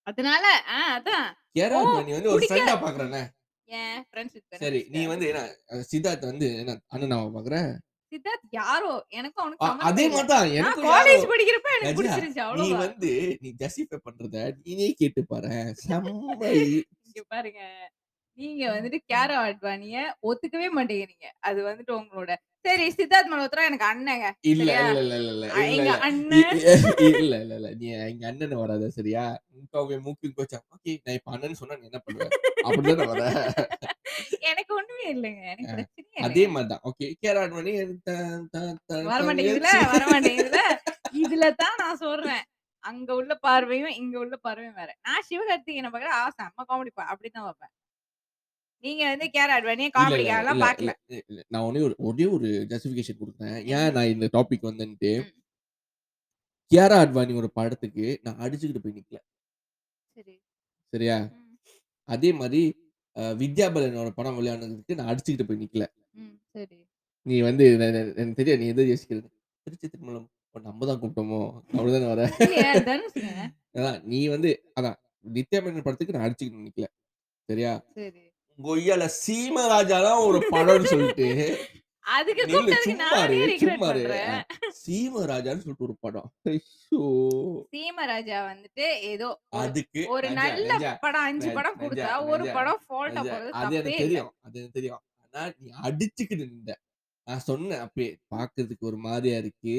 [SPEAKER 2] அதனால ஆ அதான்
[SPEAKER 1] கேரா
[SPEAKER 2] ஓ,
[SPEAKER 1] நீ வந்து ஒரு
[SPEAKER 2] பிடிக்காது.
[SPEAKER 1] ஃப்ரெண்டா பாக்குறேன்
[SPEAKER 2] என் ஃப்ரெண்ட்ஸ் வித்
[SPEAKER 1] சரி நீ வந்து என்ன சித்தார்த் வந்து என்ன அண்ணனாவை பாக்குற
[SPEAKER 2] சித்தார்த் யாரோ எனக்கும்
[SPEAKER 1] ஆ,
[SPEAKER 2] அவனுக்கு
[SPEAKER 1] அதே மாதிரி தான்
[SPEAKER 2] நான்
[SPEAKER 1] எனக்கு
[SPEAKER 2] காலேஜ் படிக்கிறப்ப
[SPEAKER 1] ராஜா,
[SPEAKER 2] எனக்கு பிடிச்சிருந்துச்சு
[SPEAKER 1] நீ
[SPEAKER 2] அவ்வளவுதான்
[SPEAKER 1] வந்து நீ ஜஸ்டிஃபை பண்றத நீனே கேட்டு பாரு செம்மை
[SPEAKER 2] இங்க பாருங்க நீங்க வந்துட்டு கேரா அட்வானிய ஒத்துக்கவே மாட்டேங்கிறீங்க அது வந்துட்டு உங்களோட சரி சித்தார்த் மல்ஹோத்ரா எனக்கு அண்ணங்க
[SPEAKER 1] இல்ல
[SPEAKER 2] சரியா?
[SPEAKER 1] இல்ல இல்ல இல்ல
[SPEAKER 2] அ-
[SPEAKER 1] இல்ல
[SPEAKER 2] எங்க
[SPEAKER 1] இல்ல
[SPEAKER 2] அண்ணன்
[SPEAKER 1] இ- இல்ல இல்ல இல்ல நீ எங்க அண்ணன் வராத சரியா உங்க அவங்க மூக்கு கோச்சா ஓகே நான் இப்ப அண்ணன் சொன்னா நீ என்ன பண்ணுவ அப்படிதான் வர
[SPEAKER 2] எனக்கு ஒண்ணுமே இல்லைங்க எனக்கு
[SPEAKER 1] ஆ,
[SPEAKER 2] பிரச்சனையே
[SPEAKER 1] அதே
[SPEAKER 2] இல்லைங்க.
[SPEAKER 1] மாதிரிதான் ஓகே கேராட் பண்ணி எனக்கு தான், தான், தான்,
[SPEAKER 2] வர
[SPEAKER 1] தான்
[SPEAKER 2] மாட்டேங்குதுல
[SPEAKER 1] முயற்சி.
[SPEAKER 2] வர மாட்டேங்குதுல இதுல தான் நான் சொல்றேன் அங்க உள்ள பார்வையும் இங்க உள்ள பார்வையும் வேற நான் சிவகார்த்திகேயனை பாக்குறேன் ஆ செம்ம காமெடி பா அப்படிதான் வைப்பேன் நீங்க வந்து கேரா அட்வானிய
[SPEAKER 1] இல்ல, இல்ல, இல்ல,
[SPEAKER 2] காமெடிக்காலாம்
[SPEAKER 1] இல்ல,
[SPEAKER 2] பாக்கல
[SPEAKER 1] இல்ல, இல்ல. நான் ஒரே ஒரு ஒரே ஒரு ஜஸ்டிபிகேஷன் கொடுத்தேன் ஏன் நான் இந்த டாபிக் வந்துட்டு
[SPEAKER 2] ம்.
[SPEAKER 1] கியாரா அட்வானி ஒரு படத்துக்கு நான் அடிச்சுக்கிட்டு போய் நிக்கல
[SPEAKER 2] சரி
[SPEAKER 1] சரியா
[SPEAKER 2] ம்,
[SPEAKER 1] அதே மாதிரி அஹ், வித்யா பாலனோட படம் விளையாடுனதுக்கு நான் அடிச்சுக்கிட்டு போய் நிக்கல
[SPEAKER 2] ம், சரி
[SPEAKER 1] நீ வந்து ந- ந- எனக்கு தெரியாது நீ எது யோசிக்கிறது திருச்சி திருமணம் நம்ம தான் கூப்பிட்டோமோ அப்படிதானே வர
[SPEAKER 2] இல்லையே, தனுஷுங்க.
[SPEAKER 1] அதான் நீ வந்து அதான் நித்யா மேனன் படத்துக்கு நான் அடிச்சுக்கிட்டு நிக்கல சரியா
[SPEAKER 2] சரி
[SPEAKER 1] கொய்யால சீமராஜா தான் ஒரு படம்னு சொல்லிட்டு
[SPEAKER 2] அதுக்கு
[SPEAKER 1] நில்லு,
[SPEAKER 2] கூப்பிட்டதுக்கு
[SPEAKER 1] சும்மா
[SPEAKER 2] நானே
[SPEAKER 1] இரு,
[SPEAKER 2] ரிக்ரெட்
[SPEAKER 1] சும்மா இரு.
[SPEAKER 2] பண்றேன்
[SPEAKER 1] சீமராஜான்னு சொல்லிட்டு ஒரு படம் ஐயோ
[SPEAKER 2] சீமராஜா வந்துட்டு ஏதோ
[SPEAKER 1] அதுக்கு
[SPEAKER 2] ஒரு
[SPEAKER 1] நெஞ்சா,
[SPEAKER 2] நல்ல
[SPEAKER 1] நெஞ்சா,
[SPEAKER 2] படம் அஞ்சு
[SPEAKER 1] நெஞ்ச-
[SPEAKER 2] படம் கொடுத்தா
[SPEAKER 1] நெஞ்ச-
[SPEAKER 2] ஒரு
[SPEAKER 1] நெஞ்ச-
[SPEAKER 2] படம் ஃபால்ட்டா
[SPEAKER 1] நெஞ்சா.
[SPEAKER 2] போறது
[SPEAKER 1] அது
[SPEAKER 2] தப்பே
[SPEAKER 1] எனக்கு
[SPEAKER 2] இல்ல
[SPEAKER 1] தெரியும் அது எனக்கு தெரியும் ஆனா நீ அடிச்சுக்கிட்டு நின்ற நான் சொன்னேன் அப்பயே பாக்குறதுக்கு ஒரு மாதிரியா இருக்கு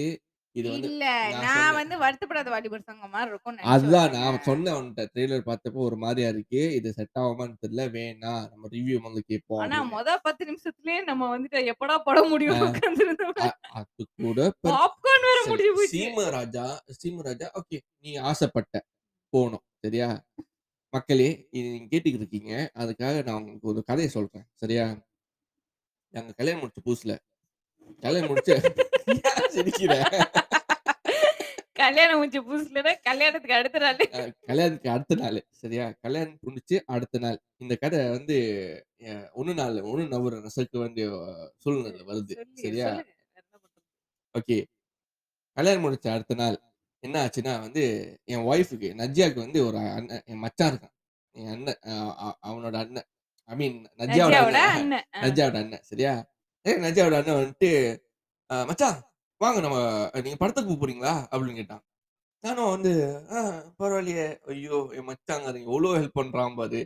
[SPEAKER 1] இது வந்து
[SPEAKER 2] இல்ல
[SPEAKER 1] நான்
[SPEAKER 2] நான்
[SPEAKER 1] சொன்னேன்.
[SPEAKER 2] வந்து வருத்தப்படாத வாலிபர் சங்கம் மாதிரி இருக்கும்
[SPEAKER 1] அதுதான் நான் சொன்னேன் உன்கிட்ட ட்ரெய்லர் பார்த்தப்போ ஒரு மாதிரியா இருக்கு இது செட் ஆகுமான்னு தெரியல வேணாம் நம்ம ரிவ்யூ வந்து கேட்போம்
[SPEAKER 2] ஆனா
[SPEAKER 1] அப்படின்னு.
[SPEAKER 2] மொத பத்து நிமிஷத்துலயே நம்ம வந்துட்டு எப்படா படம் முடியும்
[SPEAKER 1] ஆ.
[SPEAKER 2] உட்காந்துருந்தோம்
[SPEAKER 1] அ- அது கூட பெரு-
[SPEAKER 2] பாப்கார்ன் வேற
[SPEAKER 1] சரி,
[SPEAKER 2] முடிஞ்சு போச்சு
[SPEAKER 1] சீமராஜா சீமராஜா ஓகே நீ ஆசைப்பட்ட போனோம் சரியா மக்களே இது நீங்க கேட்டுக்கிட்டு இருக்கீங்க அதுக்காக நான் உங்களுக்கு ஒரு கதையை சொல்றேன் சரியா நாங்க கல்யாணம் முடிச்சு புதுசுல கல்யாணம் முடிச்சு ஏன் சிரிக்கிற?
[SPEAKER 2] கல்யாணம் முடிஞ்ச புதுசுல கல்யாணத்துக்கு அடுத்த நாள்
[SPEAKER 1] அஹ், கல்யாணத்துக்கு அடுத்த நாள் சரியா கல்யாணம் முடிச்சு அடுத்த நாள் இந்த கதை வந்து அஹ், ஒண்ணு நாள் ஒண்ணு நவர ரசக்கு வேண்டிய அஹ், சூழ்நிலை வருது
[SPEAKER 2] சொல்லு,
[SPEAKER 1] சரியா
[SPEAKER 2] சொல்லுங்க. என்ன பண்றது?
[SPEAKER 1] ஓகே கல்யாணம் முடிச்ச அடுத்த நாள் என்ன ஆச்சுன்னா வந்து என் ஒய்ஃபுக்கு நஜ்யாக்கு வந்து ஒரு அண்ணன் என் மச்சான் இருக்கான் என் அண்ணன் அஹ் அ- அவனோட அண்ணன் ஐ மீன் நஜ்யாவோட
[SPEAKER 2] நஜ்யாவோட
[SPEAKER 1] அண்ணன்
[SPEAKER 2] அண்ணன் ஆ.
[SPEAKER 1] நஜ்யாவோட அண்ணன் சரியா ஏ நஜ்யாவோட அண்ணன் வந்துட்டு அஹ், மச்சான் வாங்க நம்ம நீங்க படத்துக்கு போறீங்களா அப்படின்னு கேட்டான் நானும் வந்து ஆ பரவாயில்லையே ஐயோ என் மச்சாங்க எவ்வளோ ஹெல்ப் பண்றான் பாரு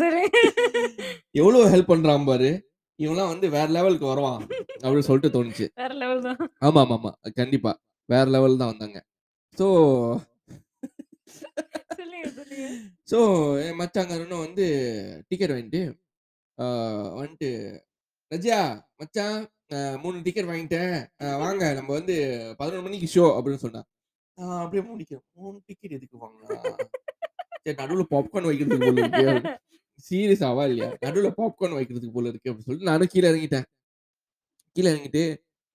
[SPEAKER 2] சரி.
[SPEAKER 1] எவ்வளோ ஹெல்ப் பண்றான் பாரு இவன்லாம் வந்து வேற லெவலுக்கு வருவான் அப்படின்னு சொல்லிட்டு தோணுச்சு
[SPEAKER 2] வேற லெவல் தான்
[SPEAKER 1] ஆமா ஆமா ஆமா கண்டிப்பா வேற லெவல் தான் வந்தாங்க ஸோ
[SPEAKER 2] சொல்லுங்க சொல்லுங்க
[SPEAKER 1] ஸோ என் மச்சாங்கன்னு வந்து டிக்கெட் வாங்கிட்டு ஆஹ், வந்துட்டு ரஜா மச்சான் நான் மூணு டிக்கெட் வாங்கிட்டேன் ஆஹ், வாங்க நம்ம வந்து பதினொரு மணிக்கு ஷோ அப்படின்னு சொன்னான் நான் அப்படியே முடிக்கிறேன் மூணு டிக்கெட் எதுக்கு வாங்கினா சரி நடுவில் பாப்கார்ன் வைக்கிறதுக்கு போல இருக்கு சீரியஸ் ஆவா இல்லையா நடுவில் பாப்கார்ன் வைக்கிறதுக்கு போல இருக்கு அப்படின்னு சொல்லிட்டு நானும் கீழே இறங்கிட்டேன் கீழே இறங்கிட்டு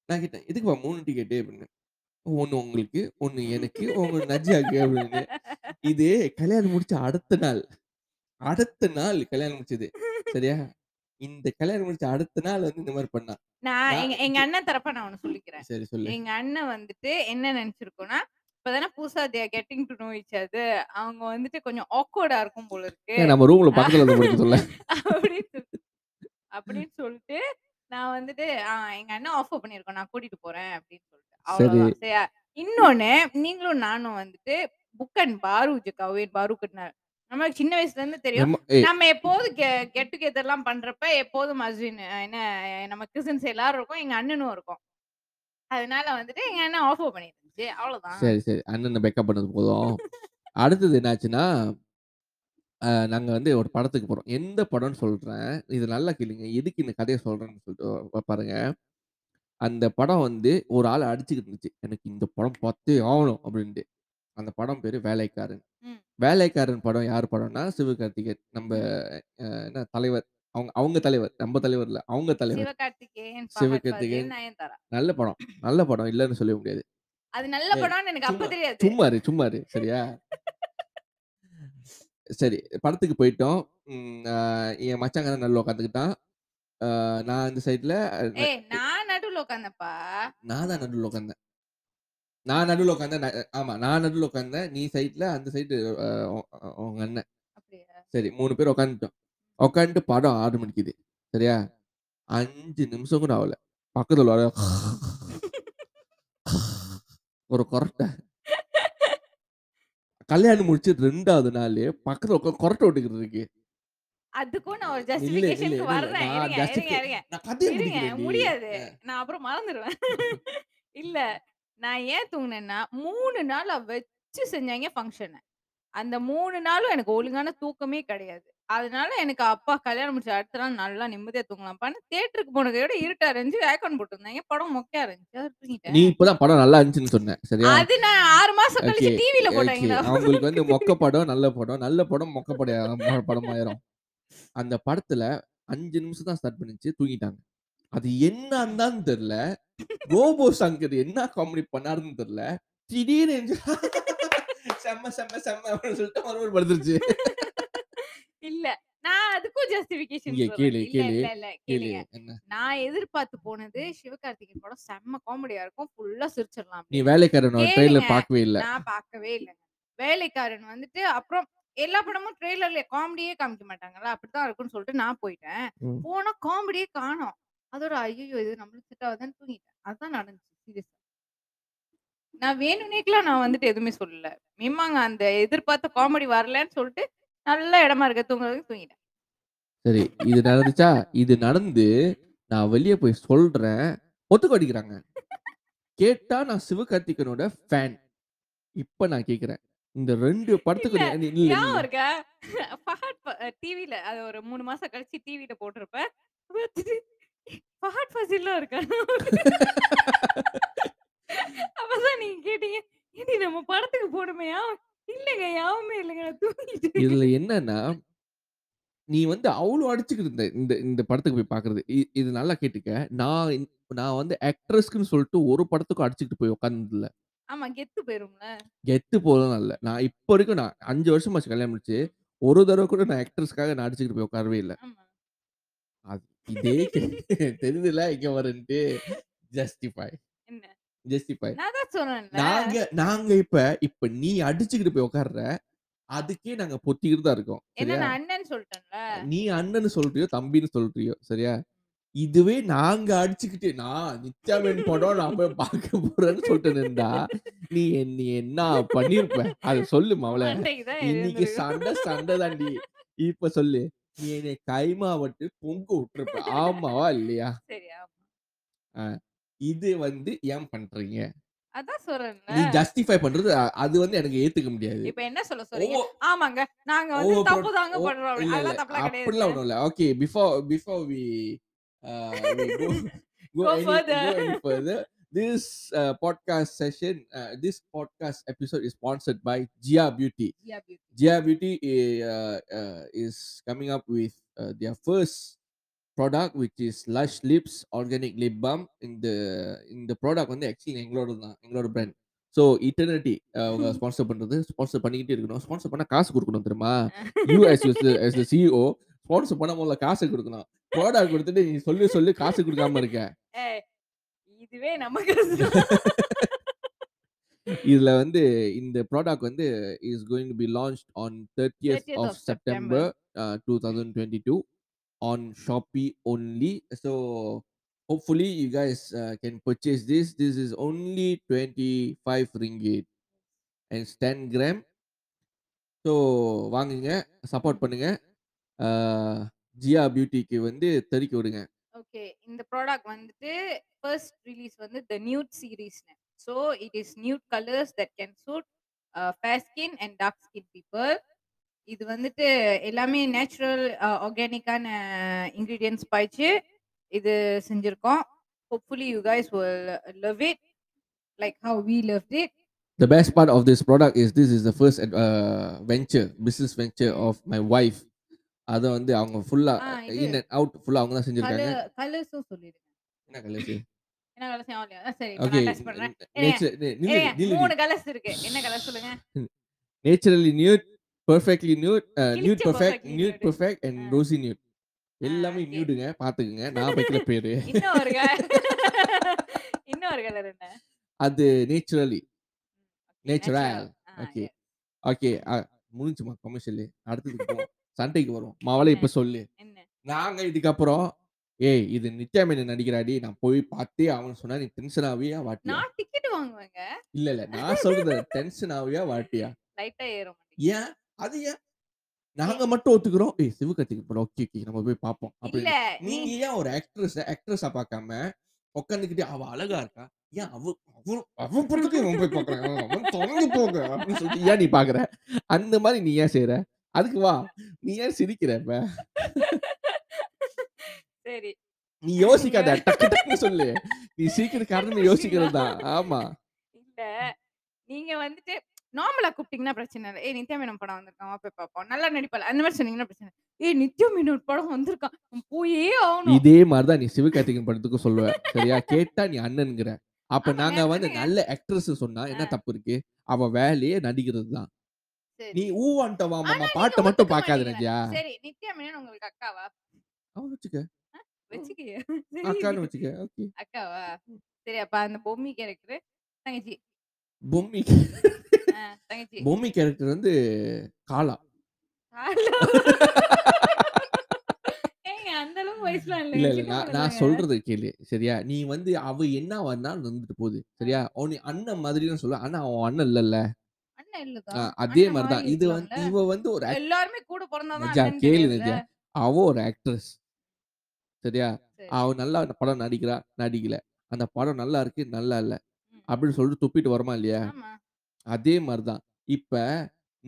[SPEAKER 1] நான் கேட்டேன் எதுக்குப்பா மூணு டிக்கெட்டு அப்படின்னு ஒன்று உங்களுக்கு ஒன்று எனக்கு ஒன்று நஜ்ஜாக்கு அப்படின்னு இது கல்யாணம் முடிச்ச அடுத்த நாள் அடுத்த நாள் கல்யாணம் முடிச்சது சரியா இந்த கல்யாணம் முடிச்ச அடுத்த நாள் வந்து இந்த மாதிரி பண்ணான்
[SPEAKER 2] நான்
[SPEAKER 1] நான்
[SPEAKER 2] எங்க எங்க அண்ணன் தரப்ப நான் ஒண்ணு சொல்லிக்கிறேன்
[SPEAKER 1] சரி சொல்லு
[SPEAKER 2] எங்க அண்ணன் வந்துட்டு என்ன நினைச்சிருக்கோம்னா இப்பதானே புதுசா they getting to know each அது அவங்க வந்துட்டு கொஞ்சம் ஆக்வர்டா இருக்கும் போல இருக்கு
[SPEAKER 1] ஏன் நம்ம ரூம்ல பக்கத்துல இருந்து முடிக்க சொல்ல
[SPEAKER 2] அப்படின்னு சொல்லி- அப்படின்னு சொல்லிட்டு நான் வந்துட்டு "ஆ, எங்க அண்ணன் ஆஃபர் பண்ணிருக்கோம் நான் கூட்டிட்டு போறேன் அப்படின்னு சொல்லிட்டு அவ்வளவுதான் சரியா இன்னொன்னு நீங்களும் நானும் வந்துட்டு புக் அண்ட் பாரூஜ் கவேர் பாரூக்குனார் நம்ம சின்ன வயசுல இருந்து தெரியும்
[SPEAKER 1] நம்ம- ஏய்,
[SPEAKER 2] நம்ம எப்போது கெட் டுகெதர் எல்லாம் பண்றப்ப எப்போதும் அஸ்வின் அஹ், என்ன அஹ், நம்ம கிறிஸ்டன்ஸ் எல்லாரும் இருக்கும் எங்க அண்ணனும் இருக்கும் அதனால வந்துட்டு எங்க அண்ணன் ஆஃபர் பண்ணிருந்துச்சு அவ்வளவுதான்
[SPEAKER 1] சரி சரி அண்ணனை பேக்கப் பண்ணது போதும் அடுத்தது என்னாச்சுன்னா அஹ், நாங்க வந்து ஒரு படத்துக்கு போறோம் எந்த படம்னு சொல்றேன் இது நல்லா கேளுங்க எதுக்கு இந்த கதையை சொல்றேன்னு சொல்லிட்டு வா- பாருங்க அந்த படம் வந்து ஒரு ஆள் அடிச்சுக்கிட்டு இருந்துச்சு எனக்கு இந்த படம் பார்த்தே ஆகணும் அப்படின்ட்டு அந்த படம் பேரு வேலைக்காரன்
[SPEAKER 2] ம்.
[SPEAKER 1] வேலைக்காரன் படம் யார் படம்னா சிவகார்த்திகேயன் நம்ம அஹ், என்ன தலைவர் அவங்க அவங்க தலைவர் நம்ம தலைவர் இல்ல அவங்க தலைவர்
[SPEAKER 2] சிவகார்த்திகேயன்
[SPEAKER 1] சிவகார்த்திகேயன்.
[SPEAKER 2] சிவகார்த்திகேயன் நயன்தாரா
[SPEAKER 1] நல்ல படம் நல்ல படம் இல்லைன்னு சொல்ல முடியாது
[SPEAKER 2] அது நல்ல
[SPEAKER 1] ஏய்,
[SPEAKER 2] படம்னு எனக்கு அப்ப
[SPEAKER 1] சும்மா-
[SPEAKER 2] தெரியாது
[SPEAKER 1] சும்மா இரு சும்மா இரு சரியா சரி படத்துக்கு போயிட்டோம் ம், ஆஹ் என் மச்சாங்க நல்லா உட்காந்துக்கிட்டான் நான் இந்த சைட்ல
[SPEAKER 2] ஏய் நான் நடுவுல உட்காந்தப்பா
[SPEAKER 1] நான் தான் நடுவில் உட்காந்தேன் நான் நடுவில் உட்காந்தேன் நான்- ஆமா நான் நடுவில் உட்காந்தேன் நீ சைட்ல அந்த சைடு உங்க அண்ணன்
[SPEAKER 2] அப்படியா
[SPEAKER 1] சரி மூணு பேர் உட்காந்துட்டோம் உட்காந்துட்டு படம் ஆறு மணிக்குது சரியா அஞ்சு நிமிஷம் கூட ஆகல பக்கத்துல ஒரு ஒரு கொரட்டை கல்யாணம் முடிச்சு ரெண்டாவது நாள் பக்கத்துல உட்காந்து கொரட்டை விட்டுக்கிட்டு இருக்கு
[SPEAKER 2] அதுக்கும் நான் ஒரு
[SPEAKER 1] இல்ல,
[SPEAKER 2] ஜஸ்டிபிகேஷனுக்கு
[SPEAKER 1] இல்ல.
[SPEAKER 2] வர்றேன்
[SPEAKER 1] நான்
[SPEAKER 2] இருங்க இருங்க
[SPEAKER 1] justification-
[SPEAKER 2] இருங்க
[SPEAKER 1] நான் கதையை
[SPEAKER 2] இருங்க
[SPEAKER 1] முடிக்கிறேன் டி.
[SPEAKER 2] முடியாது நான் அப்புறம் மறந்துடுவேன் இல்ல நான் ஏன் தூங்கினேன்னா மூணு நாள் அவ வச்சு செஞ்சாங்க ஃபங்க்ஷனை அந்த மூணு நாளும் எனக்கு ஒழுங்கான தூக்கமே கிடையாது அதனால எனக்கு அப்பா கல்யாணம் முடிச்ச அடுத்த நாள் நல்லா நிம்மதியா தூங்கலாம்ப்பான்னு தேட்டருக்கு போனதை விட இருட்டா இருந்துச்சு வேக்கான் போட்டிருந்தாங்க படம் மொக்கையா இருந்துச்சு அது
[SPEAKER 1] நீ
[SPEAKER 2] தூங்கிட்டேன்
[SPEAKER 1] இப்பதான் படம் நல்லா இருந்துச்சுன்னு சொன்ன சரியா
[SPEAKER 2] அது நான் ஆறு மாசம் கழிச்சு
[SPEAKER 1] Okay,
[SPEAKER 2] டிவில
[SPEAKER 1] okay.
[SPEAKER 2] போட்டாங்களா
[SPEAKER 1] அவங்களுக்கு வந்து மொக்க படம் நல்ல படம் நல்ல படம் மொக்க படம் படம் ஆயிரும் அந்த படத்துல அஞ்சு நிமிஷம் தான் ஸ்டார்ட் பண்ணுச்சு தூங்கிட்டாங்க அது என்னன்னு தான் தெரியல கோபோ சங்கர் என்ன காமெடி பண்ணாருன்னு தெரியல திடீர்னு எந்திரிச்சு செம்ம செம்ம செம்ம அப்படின்னு சொல்லிட்டு மறுபடியும் படுத்துருச்சு
[SPEAKER 2] இல்ல நான் அதுக்கும் ஜஸ்டிபிகேஷன்
[SPEAKER 1] இங்க கேளு,
[SPEAKER 2] இல்ல
[SPEAKER 1] கேளு,
[SPEAKER 2] இல்ல இல்ல
[SPEAKER 1] கேளு
[SPEAKER 2] கேளுங்க
[SPEAKER 1] என்ன
[SPEAKER 2] நான் எதிர்பார்த்து போனது சிவகார்த்திகேயன் படம் செம்ம காமெடியா இருக்கும் ஃபுல்லா சிரிச்சிடலாம்
[SPEAKER 1] நீ வேலைக்காரனோட
[SPEAKER 2] கேளுங்க.
[SPEAKER 1] ட்ரெயிலர் பார்க்கவே இல்ல
[SPEAKER 2] நான் பார்க்கவே இல்லைங்க வேலைக்காரன் வந்துட்டு அப்புறம் எல்லா படமும் ட்ரெய்லர்ல காமெடியே காமிக்க மாட்டாங்கல்ல அப்படிதான் இருக்கும்னு சொல்லிட்டு நான் போயிட்டேன்
[SPEAKER 1] ம்.
[SPEAKER 2] போனா காமெடியே காணோம் அதோட ஐயோ இது நம்மளுக்கு செட் ஆகுதுன்னு தூங்கிட்டேன் அதுதான் நடந்துச்சு சீரியஸா நான் வேணும்னேக்கெல்லாம் நான் வந்துட்டு எதுவுமே சொல்லல மிம்மாங்க அந்த எதிர்பார்த்த காமெடி வரலன்னு சொல்லிட்டு நல்ல இடமா இருக்க தூங்குறதுக்கு தூங்கிட்டேன்
[SPEAKER 1] சரி இது நடந்துச்சா இது நடந்து நான் வெளியே போய் சொல்றேன் ஒத்துக்க அடிக்கிறாங்க கேட்டா நான் சிவகார்த்திகனோட ஃபேன் இப்ப நான் கேக்குறேன் இந்த ரெண்டு படத்துக்கு
[SPEAKER 2] இல்ல,
[SPEAKER 1] நீ- நீ- இல்ல,
[SPEAKER 2] ஞாபகம்
[SPEAKER 1] நீ-
[SPEAKER 2] இருக்கா ஃபஹட் டிவில அது ஒரு மூணு மாசம் கழிச்சு டிவில போட்டிருப்பேன் பார்த்துட்டு, ஃபஹட் ஃபசில்லாம் இருக்கா அப்பதான் நீங்க கேட்டீங்க ஏடி நம்ம படத்துக்கு போடுமே இல்லைங்க யாவுமே இல்லைங்க நான் தூங்கிட்டேன்
[SPEAKER 1] இதுல என்னன்னா நீ வந்து அவ்வளோ அடிச்சுக்கிட்டு இருந்த இந்த இந்த படத்துக்கு போய் பாக்குறது இ- இது நல்லா கேட்டுக்க நான் இந்த- நான் வந்து ஆக்ட்ரஸ்க்குன்னு சொல்லிட்டு ஒரு படத்துக்கும் அடிச்சுக்கிட்டு போய் உட்காந்துல
[SPEAKER 2] ஆமா கெத்து போயிரும்ல
[SPEAKER 1] கெத்து போகலாம் இல்ல நான் இப்போ வரைக்கும் நான் அஞ்சு வருஷம் ஆச்சு கல்யாணம் முடிச்சு ஒரு தடவை கூட நான் ஆக்ட்ரஸ்க்காக நான் அடிச்சுக்கிட்டு போய் உட்காரவே இல்லை
[SPEAKER 2] ஆமா
[SPEAKER 1] இதே கே- தெரியுதுல இங்க வரன்ட்டு ஜஸ்டிஃபை
[SPEAKER 2] என்ன?
[SPEAKER 1] ஜஸ்டிஃபை
[SPEAKER 2] நான் தான் சொன்னேன்ல
[SPEAKER 1] நாங்க நாங்க இப்ப இப்ப நீ அடிச்சுக்கிட்டு போய் உட்கார்ற அதுக்கே நாங்க பொத்திக்கிட்டு தான் இருக்கோம்
[SPEAKER 2] என்ன
[SPEAKER 1] சரியா
[SPEAKER 2] நான் அண்ணன் சொல்லிட்டேன்ல
[SPEAKER 1] நீ அண்ணன்னு சொல்றியோ தம்பின்னு சொல்றியோ சரியா இதுவே நாங்க அடிச்சுக்கிட்டு நான் நித்யாவின் படம் நான் போய் பார்க்க போறேன்னு சொல்லிட்டு இருந்தா நீ என்ன- நீ என்ன பண்ணிருப்ப அது சொல்லு மவள
[SPEAKER 2] மண்டைக்கு தான்
[SPEAKER 1] இன்னைக்கு
[SPEAKER 2] எழுந்திருக்கு.
[SPEAKER 1] சண்டை சண்டை தாண்டி இப்ப சொல்லு நீ என்னை கைமாவட்டு பொங்க விட்டுருப்ப ஆமாவா இல்லையா
[SPEAKER 2] சரி ஆமா.
[SPEAKER 1] இது வந்து ஏன் பண்றீங்க
[SPEAKER 2] அதான் சொல்றேன்ல
[SPEAKER 1] நீ ஜஸ்டிஃபை பண்றது அ- அது வந்து எனக்கு ஏத்துக்க முடியாது
[SPEAKER 2] இப்ப என்ன சொல்ல சொல்றீங்க
[SPEAKER 1] ஓ-
[SPEAKER 2] ஆமாங்க நாங்க வந்து
[SPEAKER 1] ஓ, pro-
[SPEAKER 2] தப்பு தாங்க
[SPEAKER 1] ஓ,
[SPEAKER 2] பண்றோம்
[SPEAKER 1] இல்ல,
[SPEAKER 2] அப்படி.
[SPEAKER 1] இல்ல,
[SPEAKER 2] அதெல்லாம் தப்புலாம்
[SPEAKER 1] அப்படிலாம்
[SPEAKER 2] கிடையாது
[SPEAKER 1] ஒண்ணும் இல்ல okay before before we
[SPEAKER 2] Go further.
[SPEAKER 1] This uh, podcast session, uh, this podcast episode is sponsored by Gia Beauty.
[SPEAKER 2] Yeah, beauty.
[SPEAKER 1] Gia Beauty eh, uh, uh, is coming up with uh, their first product, which is Lush Lips Organic Lip Balm. In the in the product வந்து actually எங்களோட தான் எங்களோட brand. So eternity அவங்க sponsor பண்றது sponsor பண்ணிக்கிட்டே இருக்கணும் sponsor பண்ண காசு கொடுக்கணும் தெரியுமா you as E S CEO sponsor பண்ண முதல்ல காசு கொடுக்கணும் ப்ராடக்ட் கொடுத்துட்டு நீ சொல்லி சொல்லி காசு கொடுக்காம இருக்க
[SPEAKER 2] ஏய், இதுவே நமக்கு கஷ்டம்.
[SPEAKER 1] இதுல வந்து இந்த ப்ராடக்ட் வந்து is going to be launch on thirtieth
[SPEAKER 2] 30th of
[SPEAKER 1] of September two thousand twenty two on Shopee only so hopefully you guys can purchase this this is only twenty five ringgit and ten gram so வாங்குங்க support பண்ணுங்க Uh, ah, Gia பியூட்டிக்கு வந்து தெறிக்க விடுங்க
[SPEAKER 2] okay இந்த product வந்துட்டு first release வந்து the nude சீரீஸ்னு so it is nude colours that can suit fair skin and dark skin people இது வந்துட்டு எல்லாமே நேச்சுரல் ஆர்கானிக்கான இன்க்ரீடியன்ஸ் பாய்ச்சி இது செஞ்சுருக்கோம் hopefully you guys will love it like how we loved it
[SPEAKER 1] The best part of this product is this is the first uh, venture, business venture of my wife. அத வந்து அவங்க ஃபுல்லா
[SPEAKER 2] ஆ, இது.
[SPEAKER 1] இன் அண்ட் அவுட் ஃபுல்லா அவங்க தான் செஞ்சிருக்காங்க
[SPEAKER 2] கலர் கலர்ஸும் சொல்லிடுங்க
[SPEAKER 1] என்ன கலர்ஸ்
[SPEAKER 2] என்ன கலர்ஸ் ஞாபகம் இல்லையா? ஆ, சரி இப்ப
[SPEAKER 1] ஓகே
[SPEAKER 2] நான் டச் பண்றேன் ஏங்க, மூணு கலர்ஸ் இருக்கு என்ன கலர் சொல்லுங்க
[SPEAKER 1] naturally nude perfectly nude nude
[SPEAKER 2] கிழிச்ச
[SPEAKER 1] perfect
[SPEAKER 2] perfectly
[SPEAKER 1] nude
[SPEAKER 2] nude.
[SPEAKER 1] Perfect and
[SPEAKER 2] ஆ.
[SPEAKER 1] ரோசி நியூட்
[SPEAKER 2] ஆ,
[SPEAKER 1] எல்லாமே
[SPEAKER 2] okay.
[SPEAKER 1] நியூடுங்க பாத்துக்குங்க நான் வைக்கிற பேரு
[SPEAKER 2] இன்னும் ஒரு கலர் இன்னும் ஒரு கலர் என்ன
[SPEAKER 1] அது நேச்சுரலி நேச்சுரல்
[SPEAKER 2] ஆ,
[SPEAKER 1] ஓகே
[SPEAKER 2] yes.
[SPEAKER 1] ஓகே முடிஞ்சுமா கமர்ஷியல் அடுத்ததுக்கு போவோம் சண்டைக்கு வரும் மாவளை இப்ப சொல்லு
[SPEAKER 2] என்ன
[SPEAKER 1] நாங்க இதுக்கப்புறம் ஏய் இது நித்யாம என்ன நடிக்கிறாடி நான் போய் பார்த்தே அவன் சொன்னா நீ டென்ஷன் ஆவியா வாட்டியா
[SPEAKER 2] நான் டிக்கெட் வாங்குவேங்க
[SPEAKER 1] இல்ல இல்ல நான் சொல்றது டென்ஷன் ஆவியா வாட்டியா
[SPEAKER 2] லைட்டா ஏறும்
[SPEAKER 1] ஏன் அது ஏன் நாங்க மட்டும் ஒத்துக்கிறோம் ஏய் சிவகார்த்திக் படம் ஓகே ஓகே நம்ம போய் பார்ப்போம்
[SPEAKER 2] இல்ல
[SPEAKER 1] அப்படி
[SPEAKER 2] நீ
[SPEAKER 1] நீங்க ஏன் ஒரு ஆக்ட்ரஸ் ஆக்ட்ரஸா பார்க்காம உட்காந்துக்கிட்டே அவ அழகா இருக்கா ஏன் அவ அவ அவ படத்துக்கு இவன் போய் பார்க்கறான் அவன் தொடர்ந்து போங்க அப்படின்னு சொல்லிட்டு ஏன் நீ பாக்குற அந்த மாதிரி நீ ஏன் செய்யற அதுக்கு வா நீ ஏன் சிரிக்கிற இப்ப
[SPEAKER 2] சரி
[SPEAKER 1] நீ யோசிக்காத டக்கு டக்குன்னு சொல்லு நீ சீக்கிரம் காரணம் யோசிக்கிறது தான் ஆமா
[SPEAKER 2] இல்ல நீங்க வந்துட்டு நார்மலா கூப்பிட்டீங்கன்னா பிரச்சனை இல்லை ஏய் நித்யா மேனன் படம் வந்திருக்கான் வா போய் பார்ப்போம் நல்லா நடிப்பாள் அந்த மாதிரி சொன்னீங்கன்னா பிரச்சனை இல்லை. ஏய் நித்யா மேனன் படம் வந்திருக்கான் அவன் போயே ஆகணும்
[SPEAKER 1] இதே மாதிரிதான் நீ சிவகார்த்திகன் படத்துக்கு சொல்லுவ சரியா கேட்டா நீ அண்ணன்கிற அப்ப
[SPEAKER 2] ஆமா,
[SPEAKER 1] நாங்க
[SPEAKER 2] நான்
[SPEAKER 1] வந்து
[SPEAKER 2] சொன்னேன்.
[SPEAKER 1] நல்ல ஆக்ட்ரஸ் சொன்னா என்ன
[SPEAKER 2] ஆ.
[SPEAKER 1] தப்பு இருக்கு அவ வேலையே நடிக்கிறது தான்
[SPEAKER 2] சரி.
[SPEAKER 1] நீ ஊவான்ட்ட
[SPEAKER 2] ஆனா
[SPEAKER 1] வாமா
[SPEAKER 2] நீங்க
[SPEAKER 1] பாட்டை மட்டும்
[SPEAKER 2] ஒத்துக்க
[SPEAKER 1] பார்க்காத
[SPEAKER 2] மாட்டீங்களே.
[SPEAKER 1] நஜியா
[SPEAKER 2] சரி நித்யா மேனன் உங்களுக்கு அக்காவா
[SPEAKER 1] அவன் வச்சுக்க
[SPEAKER 2] வச்சுக்கயே
[SPEAKER 1] அக்கான்னு வச்சுக்க ஓகே
[SPEAKER 2] அக்காவா சரி அப்ப அந்த பொம்மி கேரக்டர் தங்கச்சி
[SPEAKER 1] பொம்மி
[SPEAKER 2] ஆ, தங்கச்சி
[SPEAKER 1] பொம்மி கேரக்டர் வந்து காலா
[SPEAKER 2] ஏங்க அந்த அளவுக்கு வயசுலாம் இல்ல
[SPEAKER 1] இல்ல இல்ல
[SPEAKER 2] சின்ன
[SPEAKER 1] நான் நான்
[SPEAKER 2] பொண்ணு தாங்க.
[SPEAKER 1] சொல்றது கேளு சரியா நீ வந்து அவ என்ன வந்தாலும் வந்துட்டு போகுது சரியா அவன் நீ அண்ணன் மாதிரின்னு சொல்ல ஆனா அவன் அண்ணன் இல்லல்ல
[SPEAKER 2] அண்ணன் இல்லக்கா.
[SPEAKER 1] ஆ, அதே
[SPEAKER 2] அண்ணன்
[SPEAKER 1] மாதிரிதான்
[SPEAKER 2] மாதிரி
[SPEAKER 1] இது வந்து இவ வந்து ஒரு act-
[SPEAKER 2] எல்லாருமே கூட பிறந்தாதான்
[SPEAKER 1] நிஜா
[SPEAKER 2] அண்ணன்
[SPEAKER 1] கேளு
[SPEAKER 2] தெரியும்ல.
[SPEAKER 1] நிஜா அவ ஒரு ஆக்ட்ரஸ் சரியா
[SPEAKER 2] சரி.
[SPEAKER 1] அவ நல்லா அந்த படம் நடிக்கிறா நடிக்கல அந்த படம் நல்லா இருக்கு நல்லா இல்ல
[SPEAKER 2] ம்.
[SPEAKER 1] அப்படின்னு சொல்லிட்டு துப்பிட்டு வரமா இல்லையா
[SPEAKER 2] ஆமா.
[SPEAKER 1] அதே மாதிரிதான் இப்ப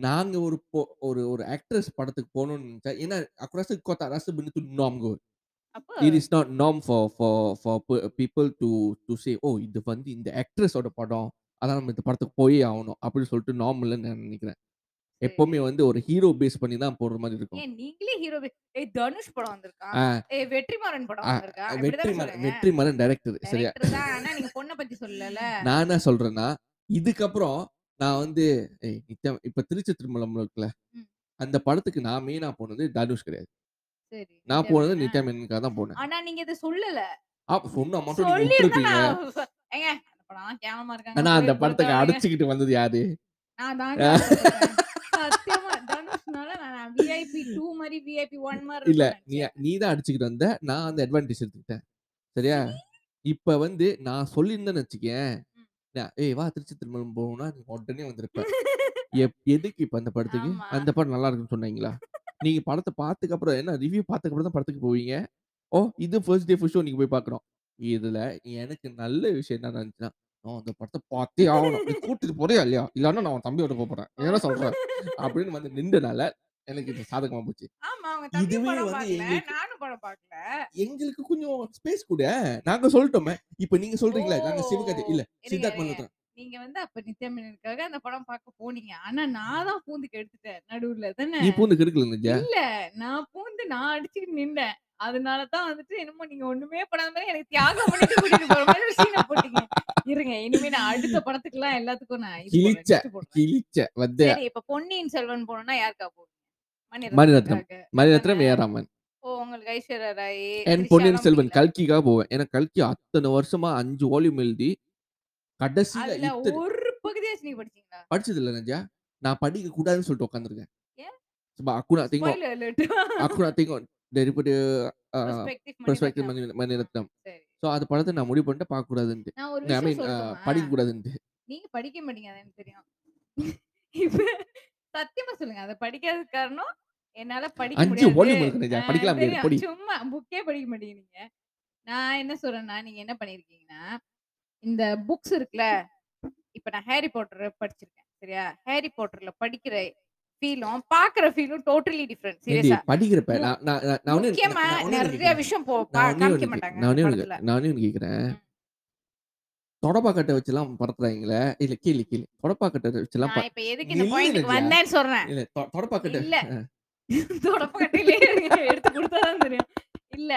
[SPEAKER 1] நாங்க ஒரு பொ- ஒரு ஒரு ஆக்ட்ரஸ் படத்துக்கு போகணும்னு நினைச்சா ஏன்னா அக்குராசு கோத்தா அரசு பின்னு நாம் கோ
[SPEAKER 2] அப்போ
[SPEAKER 1] it is not norm for for for people to to say ஓ இது வந்து இந்த ஆக்ட்ரஸோட படம் அதான் நம்ம இந்த படத்துக்கு போயே ஆகணும் அப்படின்னு சொல்லிட்டு நார்மல் நான் நினைக்கிறேன்
[SPEAKER 2] சரி.
[SPEAKER 1] எப்பவுமே வந்து ஒரு ஹீரோ பேஸ் பண்ணி தான் போடுற மாதிரி இருக்கும்
[SPEAKER 2] ஏன் நீங்களே ஹீரோ ஏய் தனுஷ் படம் வந்திருக்கான்
[SPEAKER 1] ஆ,
[SPEAKER 2] ஏய் வெற்றிமாறன் படம்
[SPEAKER 1] ஆ,
[SPEAKER 2] வந்திருக்கா
[SPEAKER 1] வெற்றி
[SPEAKER 2] இப்படிதானே
[SPEAKER 1] மரன்
[SPEAKER 2] சொல்றீங்க?
[SPEAKER 1] வெற்றி மரன் டைரக்டர் சரியா
[SPEAKER 2] Director தான் ஆனா நீங்க பொண்ணை பத்தி சொல்லல
[SPEAKER 1] நான் என்ன சொல்றேன்னா இதுக்கப்புறம் நான் வந்து ஏய் நித்தம் இப்ப திருச்சி திருமலம் இருக்குல்ல
[SPEAKER 2] ம்.
[SPEAKER 1] அந்த படத்துக்கு நான் மெயினா போனது தனுஷ் கிடையாது
[SPEAKER 2] சரி
[SPEAKER 1] நான்
[SPEAKER 2] நித்யா
[SPEAKER 1] போனது
[SPEAKER 2] மேனனா?
[SPEAKER 1] நித்யா மேனனுக்காக தான் போனேன்
[SPEAKER 2] ஆனா நீங்க இதை சொல்லல
[SPEAKER 1] ஆ, சொன்ன மட்டும் நீங்க
[SPEAKER 2] சொல்லியிருந்தா
[SPEAKER 1] விட்டுருப்பீங்க
[SPEAKER 2] நான் ஏங்க அந்த படம் கேவலமா இருக்காங்க
[SPEAKER 1] ஆனா அந்த
[SPEAKER 2] போய்
[SPEAKER 1] படத்துக்கு
[SPEAKER 2] கொடுத்தாங்க.
[SPEAKER 1] அடைச்சுக்கிட்டு வந்தது யாரு
[SPEAKER 2] நான் தாங்க சொல்றேன். சத்தியமா தனுஷ்னால நான் விஐபி டூ மாதிரி விஐபி ஒன் மாதிரி
[SPEAKER 1] இல்ல
[SPEAKER 2] இருப்பேன்.
[SPEAKER 1] நீ நீ தான் அடிச்சுக்கிட்டு வந்த நான் அந்த அட்வான்டேஜ் எடுத்துக்கிட்டேன் சரியா இப்ப வந்து நான் சொல்லியிருந்தேன்னு வச்சுக்கேன்
[SPEAKER 2] ம்.
[SPEAKER 1] நான், ஏய் வா திருச்சி திருமலம் போகணும்னா நீ உடனே வந்திருப்ப எப்- எதுக்கு இப்ப அந்த படத்துக்கு
[SPEAKER 2] ஆமா.
[SPEAKER 1] அந்த படம் நல்லா இருக்குன்னு சொன்னீங்களா நீங்க படத்தை பார்த்துக்கு அப்புறம் என்ன ரிவ்யூ பார்த்துக்கு அப்புறம் தான் படத்துக்கு போவீங்க ஓ இது ஃபர்ஸ்ட் டே ஃபர்ஸ்ட் ஷோ நீங்க போய் பார்க்கறோம் இதுல எனக்கு நல்ல விஷயம் என்ன நடந்துச்சுன்னா நான் அந்த படத்தை பார்த்தே ஆகணும் நீ கூட்டிட்டு போறியா இல்லையா இல்லன்னா நான் உன் தம்பியோட போறேன் என்ன சொல்றேன் அப்படின்னு வந்து நின்றனால எனக்கு இது சாதகமா போச்சு
[SPEAKER 2] ஆமா அவங்க தம்பி
[SPEAKER 1] இதுவே
[SPEAKER 2] படம்
[SPEAKER 1] வந்து
[SPEAKER 2] பார்க்கல
[SPEAKER 1] எங்களுக்கு-
[SPEAKER 2] நானும் படம் பார்க்கல
[SPEAKER 1] எங்களுக்கு கொஞ்சம் ஸ்பேஸ் கூட நாங்க சொல்லிட்டோமே இப்ப நீங்க சொல்றீங்களா நாங்க சிவகத்தை இல்ல
[SPEAKER 2] இருங்க,
[SPEAKER 1] சித்தார்த்
[SPEAKER 2] இருங்க.
[SPEAKER 1] மல்ஹோத்ரா
[SPEAKER 2] நீங்க வந்து அப்ப நித்யாமேனனுக்காக அந்த படம் பார்க்க போனீங்க ஆனா நான் தான் பூந்துக்கு எடுத்துட்டேன் நடுவுல தானே
[SPEAKER 1] நீ பூந்து கெடுக்கல நிஜா
[SPEAKER 2] இல்ல நான் பூந்து நான் அடிச்சுட்டு நின்னேன் அதனாலதான் வந்துட்டு என்னமோ நீங்க ஒண்ணுமே பண்ணாத மாதிரி எனக்கு தியாகம் பண்ணிட்டு கூட்டிட்டு போற மாதிரி ஒரு scene அ போட்டீங்க இருங்க இனிமே நான் அடுத்த படத்துக்கு எல்லாம் எல்லாத்துக்கும் நான் இது போடுறேன்,
[SPEAKER 1] கிழிச்ச.
[SPEAKER 2] list போடுறேன்.
[SPEAKER 1] கிழிச்ச வந்து
[SPEAKER 2] சரி இப்ப பொன்னியின் செல்வன் போனோம்னா யாருக்கா போகும்
[SPEAKER 1] மணிரத்னம்.
[SPEAKER 2] மணிரத்னத்துக்காக.
[SPEAKER 1] மணிரத்னம் ஏராமன்
[SPEAKER 2] ஓ உங்களுக்கு ஐஸ்வர்யா ராய்
[SPEAKER 1] என்
[SPEAKER 2] திரிஷாலாம்
[SPEAKER 1] பொன்னியின் செல்வன்
[SPEAKER 2] பிடிக்கல.
[SPEAKER 1] கல்கிக்காக போவேன் ஏன்னா கல்கி அத்தனை வருஷமா அஞ்சு வால்யூம் எழுதி கடைசியில
[SPEAKER 2] அதுல
[SPEAKER 1] இத்தனை
[SPEAKER 2] ஒரு பகுதியாச்சும் நீங்க படிச்சீங்களா
[SPEAKER 1] படிச்சது இல்ல நஞ்சா நான் படிக்க கூடாதுன்னு சொல்லிட்டு உட்காந்துருக்கேன்
[SPEAKER 2] ஏன்?
[SPEAKER 1] சும்மா அக்குனா திங்கும்
[SPEAKER 2] Spoiler alert.
[SPEAKER 1] அக்குனா திங்கும் டெரிபடி
[SPEAKER 2] Perspective
[SPEAKER 1] பெர்ஸ்பெக்டிவ்
[SPEAKER 2] மணிரத்னம்.
[SPEAKER 1] மணிரத்னம்
[SPEAKER 2] சரி.
[SPEAKER 1] ஸோ அது படத்தை நான் முடிவு பண்ணிட்டு பார்க்க கூடாதுன்ட்டு
[SPEAKER 2] நான் ஒரு
[SPEAKER 1] ஐ மீன்
[SPEAKER 2] விஷயம் சொல்லட்டுமா?
[SPEAKER 1] படிக்க கூடாதுன்ட்டு
[SPEAKER 2] நீங்க படிக்க மாட்டீங்க அது எனக்கு தெரியும் இப்ப சத்தியமா சொல்லுங்க அதை படிக்காத காரணம் என்னால படிக்க
[SPEAKER 1] அஞ்சு
[SPEAKER 2] முடியாது.
[SPEAKER 1] volume இருக்கு நிஜா,
[SPEAKER 2] ஆ,
[SPEAKER 1] படிக்கலாம் முடியாது,
[SPEAKER 2] தெரியும்.
[SPEAKER 1] படி.
[SPEAKER 2] சும்மா புக்கே படிக்க மாட்டீங்க நீங்க நான் என்ன சொல்றேன்னா நீங்க என்ன பண்ணிருக்கீங்கன்னா இந்த புக்ஸ் இருக்குல்ல இப்ப நான் ஹாரி பாட்டர் படிச்சிருக்கேன் சரியா ஹாரி பாட்டர்ல படிக்கிற ஃபீலும் பாக்குற ஃபீலும் டோட்டலி டிஃப்ரெண்ட்
[SPEAKER 1] ஏண்டி,
[SPEAKER 2] சீரியஸா
[SPEAKER 1] படிக்கிறப்ப நான் நான் நான் நான் ஒண்ணு-
[SPEAKER 2] முக்கியமா
[SPEAKER 1] நான் ஒண்ணு
[SPEAKER 2] நிறைய
[SPEAKER 1] கேக்குறேன்.
[SPEAKER 2] விஷயம் போ-
[SPEAKER 1] நான்
[SPEAKER 2] பா-
[SPEAKER 1] ஒண்ணே ஒண்ணு
[SPEAKER 2] காமிக்க
[SPEAKER 1] கே-
[SPEAKER 2] மாட்டாங்க
[SPEAKER 1] நான்
[SPEAKER 2] அந்த
[SPEAKER 1] ஒண்ணே ஒண்ணு
[SPEAKER 2] படத்துல.
[SPEAKER 1] கே- நான் ஒண்ணே ஒண்ணு கேக்குறேன்
[SPEAKER 2] ம்.
[SPEAKER 1] தொடப்பா கட்டை வச்சுலாம் பறத்துறாங்களே இல்ல கீழே கீழே தொடப்பா கட்டை வச்சுலாம்
[SPEAKER 2] நான் இப்ப எதுக்கு இந்த
[SPEAKER 1] நில்லு
[SPEAKER 2] பாயிண்ட்க்கு
[SPEAKER 1] நிஜா.
[SPEAKER 2] வந்தேன்னு சொல்றேன்
[SPEAKER 1] இல்ல தொ- தொடப்பா கட்டை
[SPEAKER 2] இல்ல தொடப்பக்கட்டையிலே இருங்க, எடுத்து கொடுத்தாதான் தெரியும் இல்ல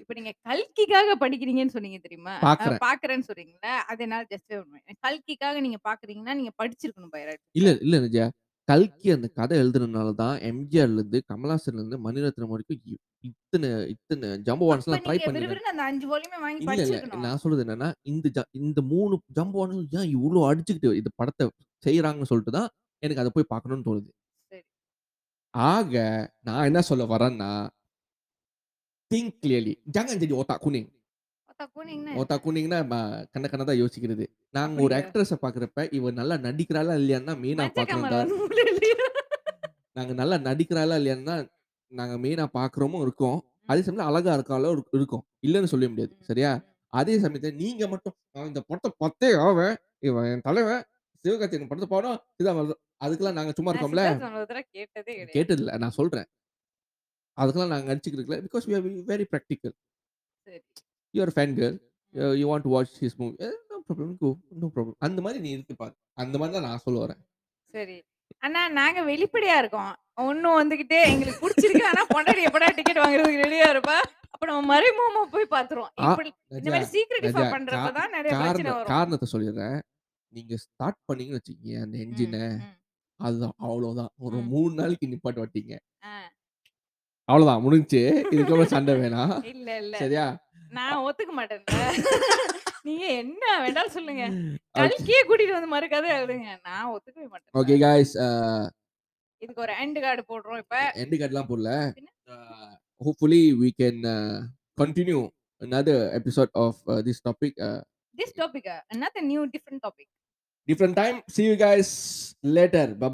[SPEAKER 2] இப்ப நீங்க கல்கிக்காக படிக்கிறீங்கன்னு சொன்னீங்க தெரியுமா அஹ்
[SPEAKER 1] பாக்குறேன்.
[SPEAKER 2] பாக்குறேன்னு சொல்றீங்களா அது என்னால ஜஸ்ட் பண்ணுவேன் கல்கிக்காக நீங்க பாக்குறீங்கன்னா நீங்க படிச்சிருக்கணும் பைராட்
[SPEAKER 1] இல்ல இல்ல நிஜா கல்கி அந்த கதை எழுதுனதுனால தான் எம்ஜிஆர்ல இருந்து கமலாசன்ல இருந்து மணிரத்னம் வரைக்கும் இ- இத்தனை இத்தனை ஜம்பவான்ஸ்
[SPEAKER 2] அப்ப
[SPEAKER 1] எல்லாம் ட்ரை
[SPEAKER 2] நீங்க
[SPEAKER 1] பண்ணிருக்கேன்
[SPEAKER 2] விறுவிறுன்னு அந்த அஞ்சு வால்யூமே வாங்கி
[SPEAKER 1] இல்ல இல்ல
[SPEAKER 2] படிச்சிருக்கணும்
[SPEAKER 1] நான் சொல்றது என்னன்னா இந்த ஜ- இந்த மூணு ஜம்பவான்ஸ் ஏன் இவ்வளவு அடிச்சுக்கிட்டு இது படத்தை செய்யறாங்கன்னு சொல்லிட்டு தான் எனக்கு அதை போய் பார்க்கணும்னு தோணுது
[SPEAKER 2] சரி
[SPEAKER 1] ஆக நான் என்ன சொல்ல வரேன்னா திங்க் கிளியர்லி ஜாங்கன் செடி ஓத்தா குனிங்
[SPEAKER 2] பார்த்தா கூனிங்கன்னா
[SPEAKER 1] ஒருத்தா கூண்டிங்கன்னா கண்ண கண்ணதா யோசிக்கிறது நாங்க ஒரு
[SPEAKER 2] அப்படியா?
[SPEAKER 1] ஆக்ட்ரஸ பாக்குறப்ப இவ நல்லா நடிக்கிறாளா இல்லையான்னா மெயினா
[SPEAKER 2] மஞ்ச
[SPEAKER 1] பாக்குறோம்
[SPEAKER 2] காமால
[SPEAKER 1] தான்.
[SPEAKER 2] வந்து உள்ள இல்லையா?
[SPEAKER 1] நாங்க நல்லா நடிக்கிறாளா இல்லையான்னா நாங்க மெயினா பாக்குறோமும் இருக்கோம் அதே சமயம் அழகா இருக்காளோ இருக்- இருக்கும் இல்லைன்னு சொல்ல முடியாது சரியா அதே சமயத்துல நீங்க மட்டும் "நான் இந்த படத்தை பத்தே ஆவேன் இவன் என் தலைவன் சிவகார்த்திகேயன் படத்தை பாடம் இதான் வருது." அதுக்கெல்லாம் நாங்க சும்மா
[SPEAKER 2] நான்
[SPEAKER 1] இருக்கோம்ல
[SPEAKER 2] சித்தார்த் மல்ஹோத்ரா கேட்டதே கிடையாது
[SPEAKER 1] கேட்டது இல்ல நான் சொல்றேன் அதுக்கெல்லாம் நாங்க நடிச்சுக்கிட்டு இருக்கல because we are very practical
[SPEAKER 2] சரி.
[SPEAKER 1] You are fan girl you want to watch his movie no problem go no problem அந்த மாதிரி நீ இருக்கு பாரு அந்த மாதிரி தான் நான் சொல்ல வரேன்
[SPEAKER 2] சரி ஆனா நாங்க வெளிப்படையா இருக்கோம் ஒன்னும் வந்துகிட்டே எங்களுக்கு பிடிச்சிருக்கு ஆனா பொண்டாடி எப்படா டிக்கெட் வாங்குறதுக்கு ரெடியா இருப்பா அப்ப நம்ம மறைமுகமா போய் பாத்துருவோம்
[SPEAKER 1] ஆ,
[SPEAKER 2] இப்படி இந்த மாதிரி சீக்ரெட்
[SPEAKER 1] நிஜா,
[SPEAKER 2] பண்றப்பதான் நிறைய பிரச்சனை
[SPEAKER 1] காரணம்
[SPEAKER 2] வரும்
[SPEAKER 1] காரணத்தை சொல்லிடுறேன் நீங்க ஸ்டார்ட் பண்ணீங்கன்னு வச்சுக்கீங்க அந்த என்ஜினை
[SPEAKER 2] ம், ம்.
[SPEAKER 1] அதுதான் அவ்வளவுதான் ஒரு
[SPEAKER 2] ம்.
[SPEAKER 1] மூணு நாளைக்கு நிப்பாட்டு வட்டீங்க
[SPEAKER 2] ஆ.
[SPEAKER 1] அவ்வளவுதான் முடிஞ்சு இதுக்கப்புறம் சண்டை வேணாம்
[SPEAKER 2] இல்ல இல்ல
[SPEAKER 1] சரியா
[SPEAKER 2] நான் ஒத்துக்க மாட்டேன் நீங்க என்ன வேண்டாலும் சொல்லுங்க
[SPEAKER 1] ஓகே
[SPEAKER 2] கல்கியே கூட்டிட்டு வந்து மறுக்காத எழுதுங்க நான் ஒத்துக்கவே மாட்டேன்
[SPEAKER 1] ஓகே காய்ஸ்
[SPEAKER 2] இதுக்கு ஒரு எண்டு கார்டு போடுறோம் இப்ப
[SPEAKER 1] எண்டு கார்டெலாம் போடல
[SPEAKER 2] பின்ன?
[SPEAKER 1] Hopefully we can continue another episode of uh, this topic uh,
[SPEAKER 2] this topic என்னத்த new different topic
[SPEAKER 1] different time see you guys later bye